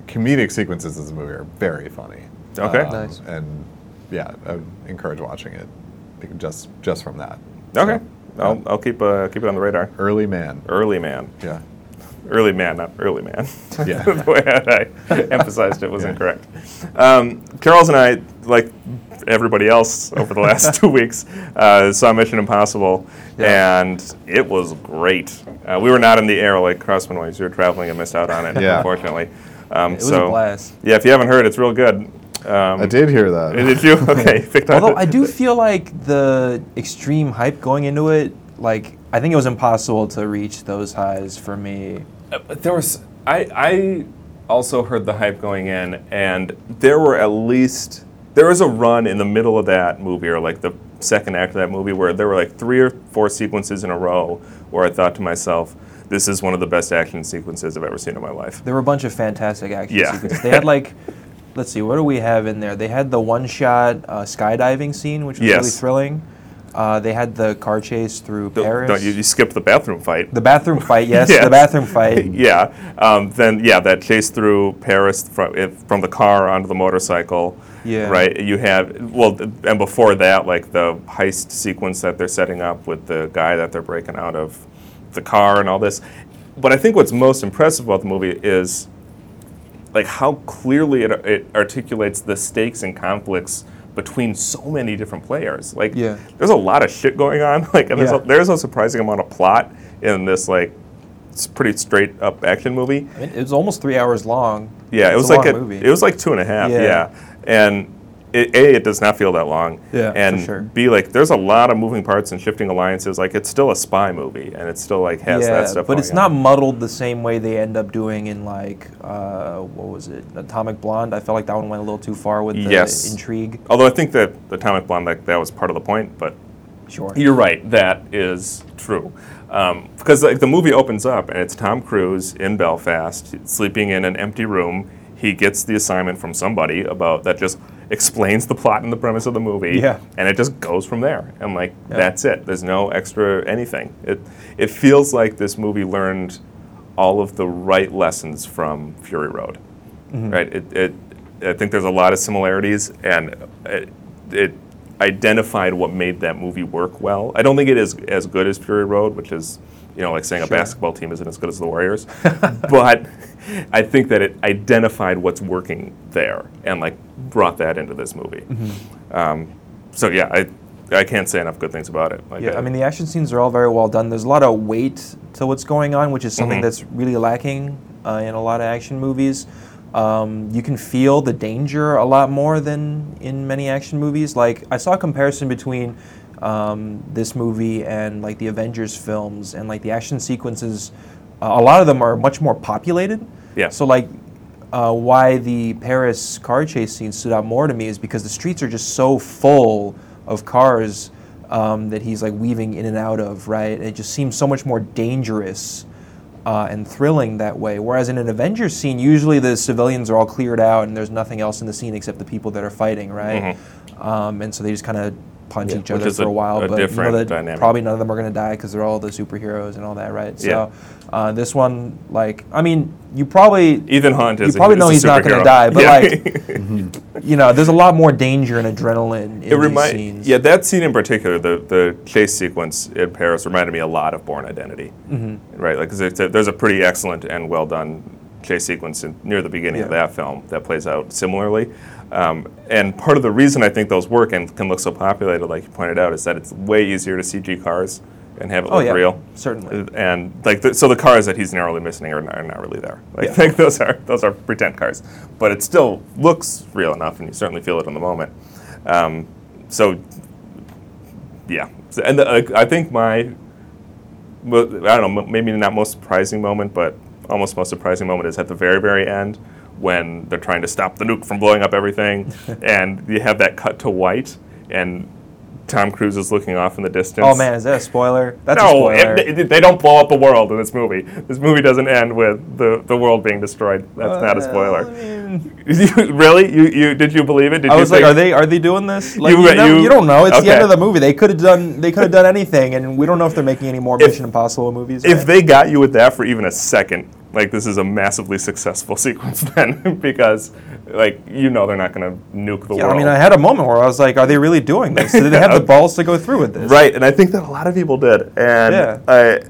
Speaker 1: comedic sequences in this movie are very funny.
Speaker 2: Okay.
Speaker 1: Um,
Speaker 4: Nice.
Speaker 1: And yeah, I would encourage watching it like, just just from that.
Speaker 2: okay,
Speaker 1: So,
Speaker 2: I'll, I'll keep uh, keep it on the radar.
Speaker 1: Early man.
Speaker 2: Early man,
Speaker 1: Yeah.
Speaker 2: early man, not early man.
Speaker 1: Yeah.
Speaker 2: the way that I emphasized it was
Speaker 1: Yeah.
Speaker 2: incorrect. Um, Charles and I, like everybody else over the last two weeks, uh, saw Mission Impossible,
Speaker 4: Yeah.
Speaker 2: and it was great. Uh, we were not in the air like Crossman was. You were traveling and missed out on it,
Speaker 1: Yeah.
Speaker 2: unfortunately. Um,
Speaker 3: It was
Speaker 2: so,
Speaker 3: a blast.
Speaker 2: Yeah, if you haven't heard, it's real good. Um,
Speaker 1: I did hear that.
Speaker 2: Uh, Did you? Okay, picked up.
Speaker 3: Although I do feel like the extreme hype going into it, like I think it was impossible to reach those highs for me.
Speaker 2: But there was I I also heard the hype going in, and there were at least there was a run in the middle of that movie, or like the second act of that movie, where there were like three or four sequences in a row where I thought to myself, "This is one of the best action sequences I've ever seen in my life."
Speaker 3: There were a bunch of fantastic action
Speaker 2: Yeah.
Speaker 3: sequences. They had like, let's see, what do we have in there? They had the one-shot uh, skydiving scene, which was really
Speaker 2: Yes.
Speaker 3: thrilling. Uh, they had the car chase through
Speaker 2: Don't-
Speaker 3: Paris.
Speaker 2: Don't you, you skip the bathroom fight?
Speaker 3: the bathroom fight, yes,
Speaker 2: Yes.
Speaker 3: the bathroom fight.
Speaker 2: yeah. Um, then yeah, that chase through Paris from if, from the car onto the motorcycle.
Speaker 3: Yeah.
Speaker 2: Right. You have well, th- and before that, like the heist sequence that they're setting up with the guy that they're breaking out of the car and all this. But I think what's most impressive about the movie is like how clearly it, it articulates the stakes and conflicts between so many different players. Like,
Speaker 4: Yeah.
Speaker 2: there's a lot of shit going on. Like, and there's,
Speaker 3: Yeah.
Speaker 2: a, there's a surprising amount of plot in this like s- pretty straight up action movie.
Speaker 3: I mean, it was almost three hours long.
Speaker 2: Yeah, it
Speaker 3: It's
Speaker 2: was
Speaker 3: a
Speaker 2: like
Speaker 3: long
Speaker 2: a,
Speaker 3: movie.
Speaker 2: it was like two and a half. Yeah,
Speaker 3: Yeah.
Speaker 2: and it, a it does not feel that long.
Speaker 3: Yeah, for
Speaker 2: and
Speaker 3: sure.
Speaker 2: b like there's a lot of moving parts and shifting alliances. Like, it's still a spy movie, and it still like has
Speaker 3: yeah,
Speaker 2: that stuff.
Speaker 3: but it's
Speaker 2: going on.
Speaker 3: not muddled the same way they end up doing in like uh, what was it, Atomic Blonde? I felt like that one went a little too far with the
Speaker 2: Yes.
Speaker 3: intrigue.
Speaker 2: Although I think that Atomic Blonde, like that was part of the point, but
Speaker 3: Sure.
Speaker 2: You're right. That is true. Um, because like the movie opens up and it's Tom Cruise in Belfast sleeping in an empty room. He gets the assignment from somebody about that just explains the plot and the premise of the movie.
Speaker 3: Yeah.
Speaker 2: And it just goes from there. And like that's it. There's no extra anything. It it feels like this movie learned all of the right lessons from Fury Road.
Speaker 3: Mm-hmm.
Speaker 2: Right. It, it I think there's a lot of similarities and it, it identified what made that movie work well. I don't think it is as good as Fury Road, which is you know like saying a basketball team isn't as good as the Warriors, but I think that it identified what's working there and like brought that into this movie.
Speaker 3: Mm-hmm.
Speaker 2: Um, so yeah, I I can't say enough good things about it. Like,
Speaker 3: Yeah, I mean the action scenes are all very well done. There's a lot of weight to what's going on, which is something
Speaker 2: Mm-hmm.
Speaker 3: that's really lacking uh, in a lot of action movies. Um, you can feel the danger a lot more than in many action movies. Like I saw a comparison between um, this movie and like the Avengers films, and like the action sequences. Uh, a lot of them are much more populated.
Speaker 2: Yeah.
Speaker 3: So like. Uh, why the Paris car chase scene stood out more to me is because the streets are just so full of cars um, that he's like weaving in and out of, right? And it just seems so much more dangerous uh, and thrilling that way. Whereas in an Avengers scene, usually the civilians are all cleared out and there's nothing else in the scene except the people that are fighting, right? Um, and so they just kind of punch each
Speaker 2: Mm-hmm. which
Speaker 3: other
Speaker 2: is
Speaker 3: for
Speaker 2: a-
Speaker 3: a while,
Speaker 2: a
Speaker 3: but
Speaker 2: different
Speaker 3: you know that
Speaker 2: dynamic.
Speaker 3: probably none of them are going to die because they're all the superheroes and all that, right?
Speaker 2: Yeah.
Speaker 3: So uh, this one, like, I mean, you probably
Speaker 2: Ethan Hunt is
Speaker 3: you probably
Speaker 2: a, is
Speaker 3: know
Speaker 2: a
Speaker 3: he's not going
Speaker 2: superhero.
Speaker 3: to die, but
Speaker 2: Yeah.
Speaker 3: like, you know, there's a lot more danger and adrenaline in
Speaker 2: It
Speaker 3: these
Speaker 2: remind,
Speaker 3: scenes.
Speaker 2: yeah, that scene in particular, the the chase sequence in
Speaker 3: Mm-hmm.
Speaker 2: Paris reminded me a lot of Born Identity, right? Like, 'cause it's a, there's a pretty excellent and well done chase sequence in, near the beginning of
Speaker 3: Yeah.
Speaker 2: that film that plays out similarly. Um, and part of the reason I think those work and can look so populated, like you pointed out, is that it's way easier to CG cars and have it
Speaker 3: Oh,
Speaker 2: look
Speaker 3: yeah,
Speaker 2: real.
Speaker 3: certainly.
Speaker 2: Uh, And like, the, so the cars that he's narrowly missing are not, are not really there. Like, I
Speaker 3: Yeah.
Speaker 2: think those are those are pretend cars, but it still looks real enough, and you certainly feel it in the moment. Um, so, yeah, so, and the, I think my well, I don't know, m- maybe not most surprising moment, but almost most surprising moment is at the very, very end when they're trying to stop the nuke from blowing up everything, and you have that cut to white, and Tom Cruise is looking off in the distance.
Speaker 3: Oh man, is that a spoiler? That's a
Speaker 2: no,
Speaker 3: spoiler.
Speaker 2: it- they- they don't blow up the world in this movie. This movie doesn't end with the, the world being destroyed. That's not a
Speaker 3: Well,
Speaker 2: spoiler.
Speaker 3: I mean-
Speaker 2: You- really? You, you did you believe it? Did
Speaker 3: I
Speaker 2: you
Speaker 3: was like,
Speaker 2: think-
Speaker 3: are they are they doing this? Like,
Speaker 2: You-
Speaker 3: you, never-
Speaker 2: you-
Speaker 3: you don't know. It's the end
Speaker 2: okay.
Speaker 3: of the movie. They could have done they could have done anything, and we don't know if they're making any more
Speaker 2: If-
Speaker 3: Mission Impossible movies.
Speaker 2: If
Speaker 3: right?
Speaker 2: they got you with that for even a second, like this is a massively successful sequence then, because like you know they're not going to nuke the
Speaker 3: yeah,
Speaker 2: world.
Speaker 3: I mean, I had a moment where I was like, are they really doing this? Did they have the balls to go through with this?
Speaker 2: Right, and I think that a lot of people did, and
Speaker 3: Yeah.
Speaker 2: I,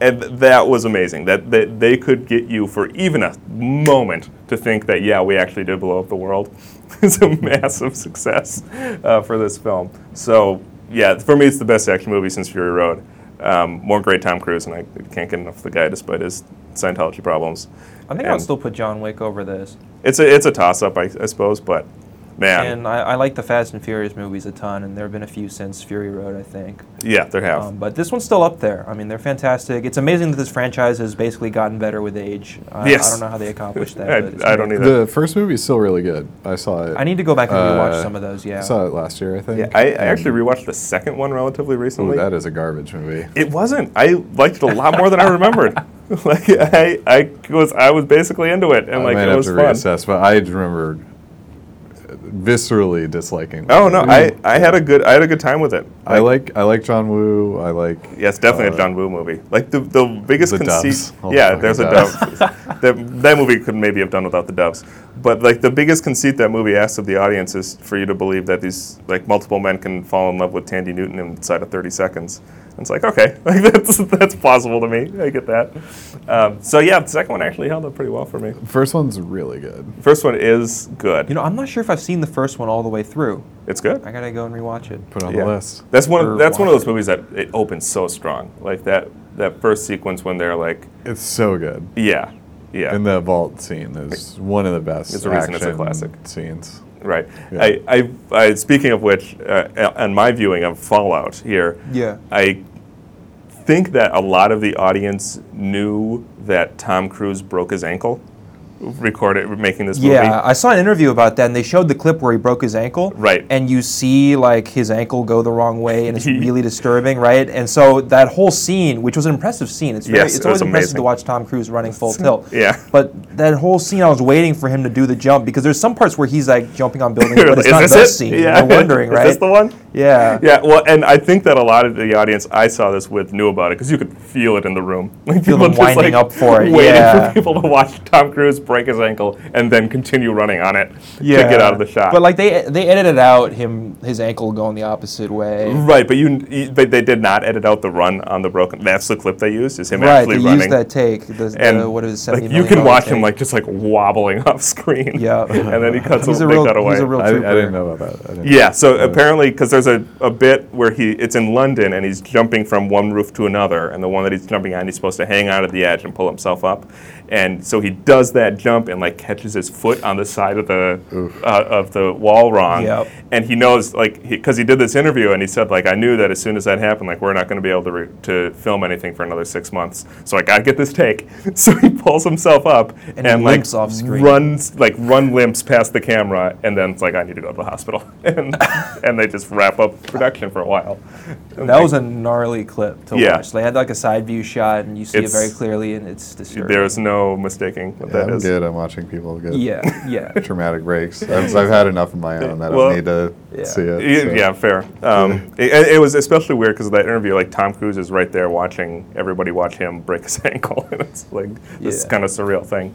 Speaker 2: and that was amazing. That, that they could get you for even a moment to think that yeah, we actually did blow up the world. it's a massive success uh, for this film. So yeah, for me, it's the best action movie since Fury Road. Um, more great Tom Cruise, and I can't get enough of the guy despite his Scientology problems.
Speaker 3: I think I
Speaker 2: And
Speaker 3: would still put John Wick over this.
Speaker 2: It's a it's a toss up, I, I suppose, but man,
Speaker 3: And I, I like the Fast and Furious movies a ton, and there have been a few since Fury Road, I think.
Speaker 2: yeah, there have.
Speaker 3: Um, but this one's still up there. I mean, they're fantastic. It's amazing that this franchise has basically gotten better with age. I,
Speaker 2: Yes.
Speaker 3: I don't know how they accomplished that.
Speaker 2: I-
Speaker 3: but it's
Speaker 2: I don't
Speaker 3: amazing.
Speaker 2: either.
Speaker 1: The first movie's still really good. I saw it.
Speaker 3: I need to go back and rewatch
Speaker 1: uh,
Speaker 3: some of those.
Speaker 1: I
Speaker 3: Yeah.
Speaker 1: saw it last year, I think.
Speaker 2: yeah, I, I actually rewatched the second one relatively
Speaker 1: Ooh,
Speaker 2: recently.
Speaker 1: that is a garbage movie.
Speaker 2: It wasn't. I liked it a lot more than I remembered. like I, I was, I was basically into it, and
Speaker 1: I
Speaker 2: like
Speaker 1: might
Speaker 2: it
Speaker 1: have
Speaker 2: was
Speaker 1: to
Speaker 2: fun.
Speaker 1: reassess, but I remember viscerally disliking.
Speaker 2: Oh no,
Speaker 1: it.
Speaker 2: I, I had a good, I had a good time with it.
Speaker 1: Hmm. I like I like John Woo. I like
Speaker 2: Yeah, it's definitely a
Speaker 1: uh,
Speaker 2: John Woo movie. Like the the biggest
Speaker 1: The
Speaker 2: conceit.
Speaker 1: doves. All the
Speaker 2: yeah,
Speaker 1: fucking
Speaker 2: there's a
Speaker 1: doves.
Speaker 2: dove. that, that movie could maybe have done without the doves. But like the biggest conceit that movie asks of the audience is for you to believe that these like multiple men can fall in love with Tandy Newton inside of 30 seconds. And it's like okay, like that's that's plausible to me. I get that. Um, so yeah, the second one actually held up pretty well for me.
Speaker 1: First one's really good.
Speaker 2: First one is good.
Speaker 3: You know, I'm not sure if I've seen the first one all the way through.
Speaker 2: it's good.
Speaker 3: I gotta go and rewatch it.
Speaker 1: Put it on
Speaker 2: Yeah.
Speaker 1: the list.
Speaker 2: That's one.
Speaker 3: Or
Speaker 2: Of, that's one of
Speaker 3: watch
Speaker 2: those movies that it opens so strong. Like that that first sequence when they're like,
Speaker 1: It's so good.
Speaker 2: yeah, yeah.
Speaker 1: And the vault scene is one of the best.
Speaker 2: It's the reason it's a
Speaker 1: action
Speaker 2: classic.
Speaker 1: Scenes.
Speaker 2: Right.
Speaker 1: Yeah.
Speaker 2: I, I, I, speaking of which, uh, on my viewing of Fallout here,
Speaker 3: Yeah.
Speaker 2: I think that a lot of the audience knew that Tom Cruise broke his ankle, recorded making this movie.
Speaker 3: Yeah, I saw an interview about that, and they showed the clip where he broke his ankle.
Speaker 2: Right.
Speaker 3: And you see like his ankle go the wrong way, and it's really disturbing, right? And so that whole scene, which was an impressive scene, it's very,
Speaker 2: Yes,
Speaker 3: it's
Speaker 2: it was
Speaker 3: always impressive
Speaker 2: amazing.
Speaker 3: to watch Tom Cruise running full tilt.
Speaker 2: Yeah.
Speaker 3: But that whole scene, I was waiting for him to do the jump because there's some parts where he's like jumping on buildings, but it's
Speaker 2: Is
Speaker 3: not
Speaker 2: this
Speaker 3: the
Speaker 2: it?
Speaker 3: scene.
Speaker 2: Yeah.
Speaker 3: You're wondering,
Speaker 2: Is
Speaker 3: right?
Speaker 2: this the one?
Speaker 3: yeah.
Speaker 2: Yeah, well, and I think that a lot of the audience I saw this with knew about it because you could feel it in the room. Like
Speaker 3: Feel them winding up for it,
Speaker 2: waiting
Speaker 3: yeah.
Speaker 2: for people to watch Tom Cruise break his ankle and then continue running on it to
Speaker 3: Yeah.
Speaker 2: get out of the shot.
Speaker 4: But like they they edited out him his ankle going the opposite way.
Speaker 2: Right, but you, you but they did not edit out the run on the broken. That's the clip they used. Is him
Speaker 3: Right. They
Speaker 2: actually running?
Speaker 3: used that take. The,
Speaker 2: and
Speaker 3: the, what is it,
Speaker 2: like,
Speaker 3: seventy
Speaker 2: you
Speaker 3: million
Speaker 2: can
Speaker 3: dollar
Speaker 2: watch
Speaker 3: take.
Speaker 2: him like just like wobbling off screen.
Speaker 3: Yeah.
Speaker 2: and then he cuts
Speaker 3: He's
Speaker 2: a,
Speaker 3: a
Speaker 2: they
Speaker 3: real-
Speaker 2: cut away.
Speaker 3: he's a real-
Speaker 1: I, I didn't
Speaker 3: trooper.
Speaker 1: know about that. I didn't-
Speaker 2: yeah. So apparently, because there's a, a bit where he it's in London and he's jumping from one roof to another, and the one that he's jumping on, he's supposed to hang out at the edge and pull himself up, and so he does that jump and like catches his foot on the side of the uh, of the wall wrong,
Speaker 3: Yep.
Speaker 2: and he knows like because he, did this interview and he said like I knew that as soon as that happened like we're not going to be able to re- to film anything for another six months so I got to get this take so he pulls himself up and,
Speaker 3: he
Speaker 2: like
Speaker 3: limps off screen.
Speaker 2: runs like run limps past the camera and then it's like I need to go to the hospital and and they just wrap up production for a while.
Speaker 3: That was a gnarly clip to
Speaker 2: Yeah.
Speaker 3: watch. They had like a side view shot, and you see
Speaker 2: It's-
Speaker 3: it very clearly, and it's disturbing.
Speaker 2: There is no mistaking what
Speaker 1: Yeah,
Speaker 2: that
Speaker 1: I'm
Speaker 2: is.
Speaker 1: good. I'm watching people get
Speaker 3: yeah, yeah.
Speaker 1: traumatic breaks. I've, I've had enough of my own. I don't
Speaker 2: Well,
Speaker 1: need to
Speaker 3: yeah.
Speaker 1: see it.
Speaker 2: Y-
Speaker 1: so.
Speaker 2: Yeah, fair. Um, it, and it was especially weird because that interview, like Tom Cruise is right there watching everybody watch him break his ankle, and it's like this
Speaker 3: Yeah.
Speaker 2: kind of surreal thing.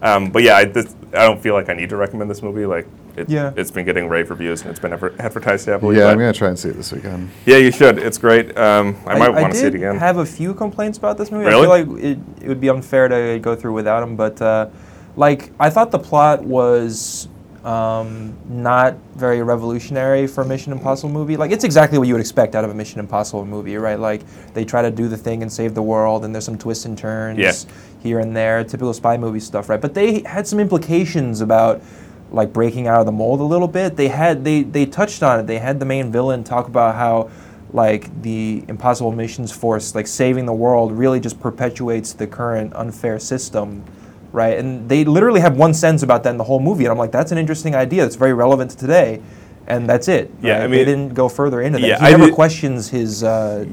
Speaker 2: Um, but yeah, I, this, I don't feel like I need to recommend this movie. Like It,
Speaker 3: Yeah.
Speaker 2: It's been getting rave reviews and it's been adver- advertised heavily.
Speaker 1: yeah,
Speaker 2: but-
Speaker 1: I'm gonna try and see it this weekend.
Speaker 2: yeah, you should. It's great. Um, I, might want to see it
Speaker 3: did
Speaker 2: again.
Speaker 3: have a few complaints about this movie. I
Speaker 2: Really?
Speaker 3: feel like it, it would be unfair to go through without them, but uh, like I thought the plot was um, not very revolutionary for a Mission Impossible movie. Like it's exactly what you would expect out of a Mission Impossible movie, right? Like they try to do the thing and save the world, and there's some twists and turns
Speaker 2: Yeah.
Speaker 3: here and there, typical spy movie stuff, right? But they had some implications about like breaking out of the mold a little bit. They had they they touched on it. They had the main villain talk about how like the impossible missions force like saving the world really just perpetuates the current unfair system right and they literally have one sentence about that in the whole movie and i'm like that's an interesting idea that's very relevant to today and that's it
Speaker 2: Yeah,
Speaker 3: right?
Speaker 2: I
Speaker 3: they
Speaker 2: mean-
Speaker 3: didn't go further into that
Speaker 2: Yeah,
Speaker 3: he
Speaker 2: I
Speaker 3: never
Speaker 2: did-
Speaker 3: questions his uh,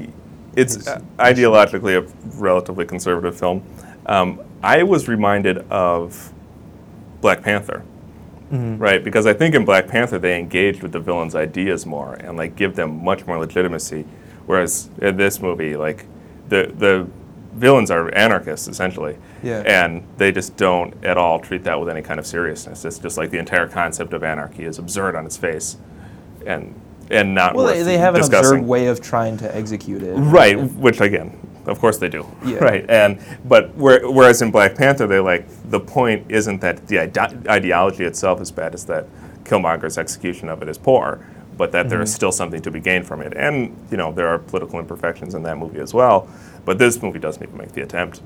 Speaker 2: it's uh, ideologically a relatively conservative film. Um, I was reminded of Black Panther,
Speaker 3: Mm-hmm.
Speaker 2: right? Because I think in Black Panther they engaged with the villain's ideas more and like give them much more legitimacy, whereas in this movie, like the the villains are anarchists essentially,
Speaker 3: Yeah.
Speaker 2: and they just don't at all treat that with any kind of seriousness. It's just like the entire concept of anarchy is absurd on its face, and and not
Speaker 3: well they,
Speaker 2: worth
Speaker 3: they have an
Speaker 2: discussing.
Speaker 3: absurd way of trying to execute it
Speaker 2: Right, which again, of course they do.
Speaker 3: Yeah.
Speaker 2: Right, and but where, whereas in Black Panther, they like the point isn't that the ide- ideology itself is bad; it's that Killmonger's execution of it is poor, but that there is
Speaker 3: Mm-hmm.
Speaker 2: still something to be gained from it. And you know there are political imperfections in that movie as well, but this movie doesn't even make the attempt.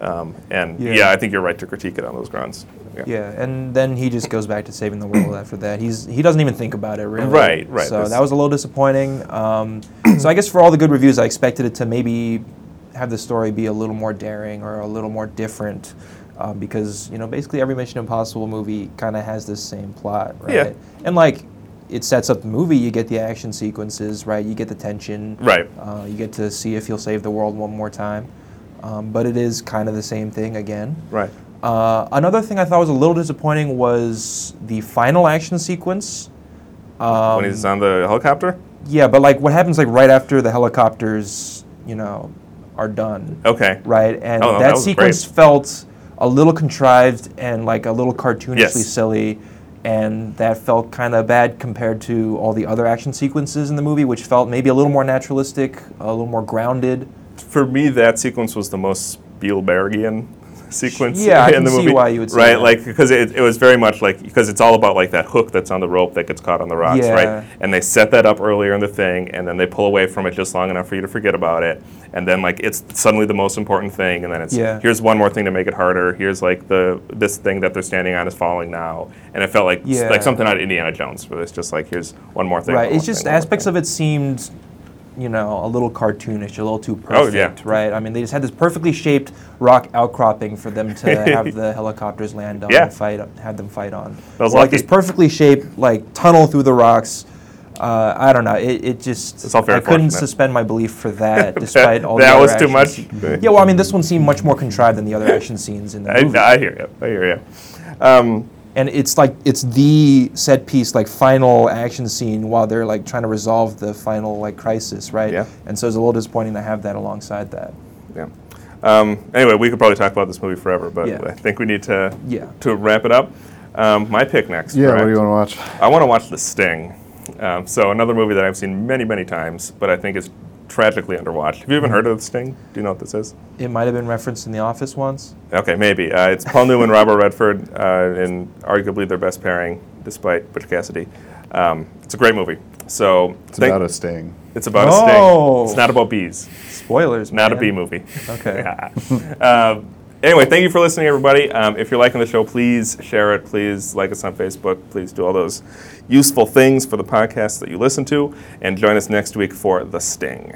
Speaker 2: Um, and
Speaker 3: Yeah.
Speaker 2: yeah. I think you're right to critique it on those grounds.
Speaker 3: Yeah, and then he just goes back to saving the world after that. He's he doesn't even think about it really.
Speaker 2: Right, right,
Speaker 3: So
Speaker 2: this-
Speaker 3: that was a little disappointing. Um, so I guess for all the good reviews, I expected it to maybe have the story be a little more daring or a little more different, um, because you know basically every Mission Impossible movie kind of has this same plot, right?
Speaker 2: Yeah.
Speaker 3: And like. It sets up the movie. You get the action sequences, right? You get the tension,
Speaker 2: Right.
Speaker 3: Uh, you get to see if he'll save the world one more time, um, but it is kind of the same thing again.
Speaker 2: Right.
Speaker 3: Uh, another thing I thought was a little disappointing was the final action sequence. Um,
Speaker 2: when he's on the helicopter.
Speaker 3: yeah, but like what happens like right after the helicopters, you know, are done,
Speaker 2: Okay.
Speaker 3: right? And
Speaker 2: Oh, no,
Speaker 3: that,
Speaker 2: that was
Speaker 3: sequence
Speaker 2: great.
Speaker 3: felt a little contrived and like a little cartoonishly
Speaker 2: Yes.
Speaker 3: silly, and that felt kind of bad compared to all the other action sequences in the movie, which felt maybe a little more naturalistic, a little more grounded.
Speaker 2: for me, that sequence was the most Spielbergian sequence
Speaker 3: Yeah, I
Speaker 2: in
Speaker 3: can
Speaker 2: the
Speaker 3: see
Speaker 2: movie.
Speaker 3: why you would say
Speaker 2: right,
Speaker 3: that.
Speaker 2: like because it, it was very much like because it's all about like that hook that's on the rope that gets caught on the rocks,
Speaker 3: Yeah.
Speaker 2: right? And they set that up earlier in the thing, and then they pull away from it just long enough for you to forget about it, and then like it's suddenly the most important thing, and then it's
Speaker 3: Yeah.
Speaker 2: here's one more thing to make it harder. Here's like the this thing that they're standing on is falling now, and it felt like
Speaker 3: Yeah.
Speaker 2: like something out of Indiana Jones, where it's just like here's one more thing.
Speaker 3: Right. It's just aspects of it seemed, you know, a little cartoonish, a little too perfect.
Speaker 2: Oh, yeah.
Speaker 3: Right. I mean, they just had this perfectly shaped rock outcropping for them to have the helicopters land on
Speaker 2: Yeah.
Speaker 3: and fight, have them fight on.
Speaker 2: That was
Speaker 3: Or, like this
Speaker 2: lucky.
Speaker 3: perfectly shaped like tunnel through the rocks. Uh, I don't know. It, it just
Speaker 2: It's all very
Speaker 3: I couldn't
Speaker 2: fortunate.
Speaker 3: suspend my belief for that, despite
Speaker 2: That,
Speaker 3: all
Speaker 2: that
Speaker 3: the
Speaker 2: was
Speaker 3: other
Speaker 2: too much.
Speaker 3: actions. Yeah, well, I mean, this one seemed much more contrived than the other action scenes in the
Speaker 2: I,
Speaker 3: movie.
Speaker 2: I hear you. I hear you. Um,
Speaker 3: and it's like it's the set piece like final action scene while they're like trying to resolve the final like crisis right
Speaker 2: Yeah.
Speaker 3: and so it's a little disappointing to have that alongside that
Speaker 2: Yeah. Um, anyway, we could probably talk about this movie forever, but
Speaker 3: Yeah.
Speaker 2: I think we need to
Speaker 3: Yeah.
Speaker 2: to wrap it up. Um, my pick next.
Speaker 1: Yeah, what
Speaker 2: correct?
Speaker 1: do you want to watch?
Speaker 2: I want to watch The Sting. Um, so another movie that I've seen many, many times, but I think is tragically underwatched. Have you
Speaker 1: Mm-hmm.
Speaker 2: even heard of The Sting? Do you know what this is?
Speaker 3: it might have been referenced in the office once
Speaker 2: Okay, maybe. Uh, it's Paul Newman, Robert Redford, uh, in arguably their best pairing, despite Butch Cassidy. Um, it's a great movie. So
Speaker 1: It's about a sting.
Speaker 2: it's about
Speaker 3: Oh.
Speaker 2: a sting. It's not about bees.
Speaker 3: spoilers
Speaker 2: Not
Speaker 3: man.
Speaker 2: a B movie.
Speaker 3: Okay.
Speaker 2: uh, anyway, thank you for listening, everybody. Um, if you're liking the show, please share it. Please like us on Facebook. Please do all those useful things for the podcast that you listen to. And join us next week for The Sting.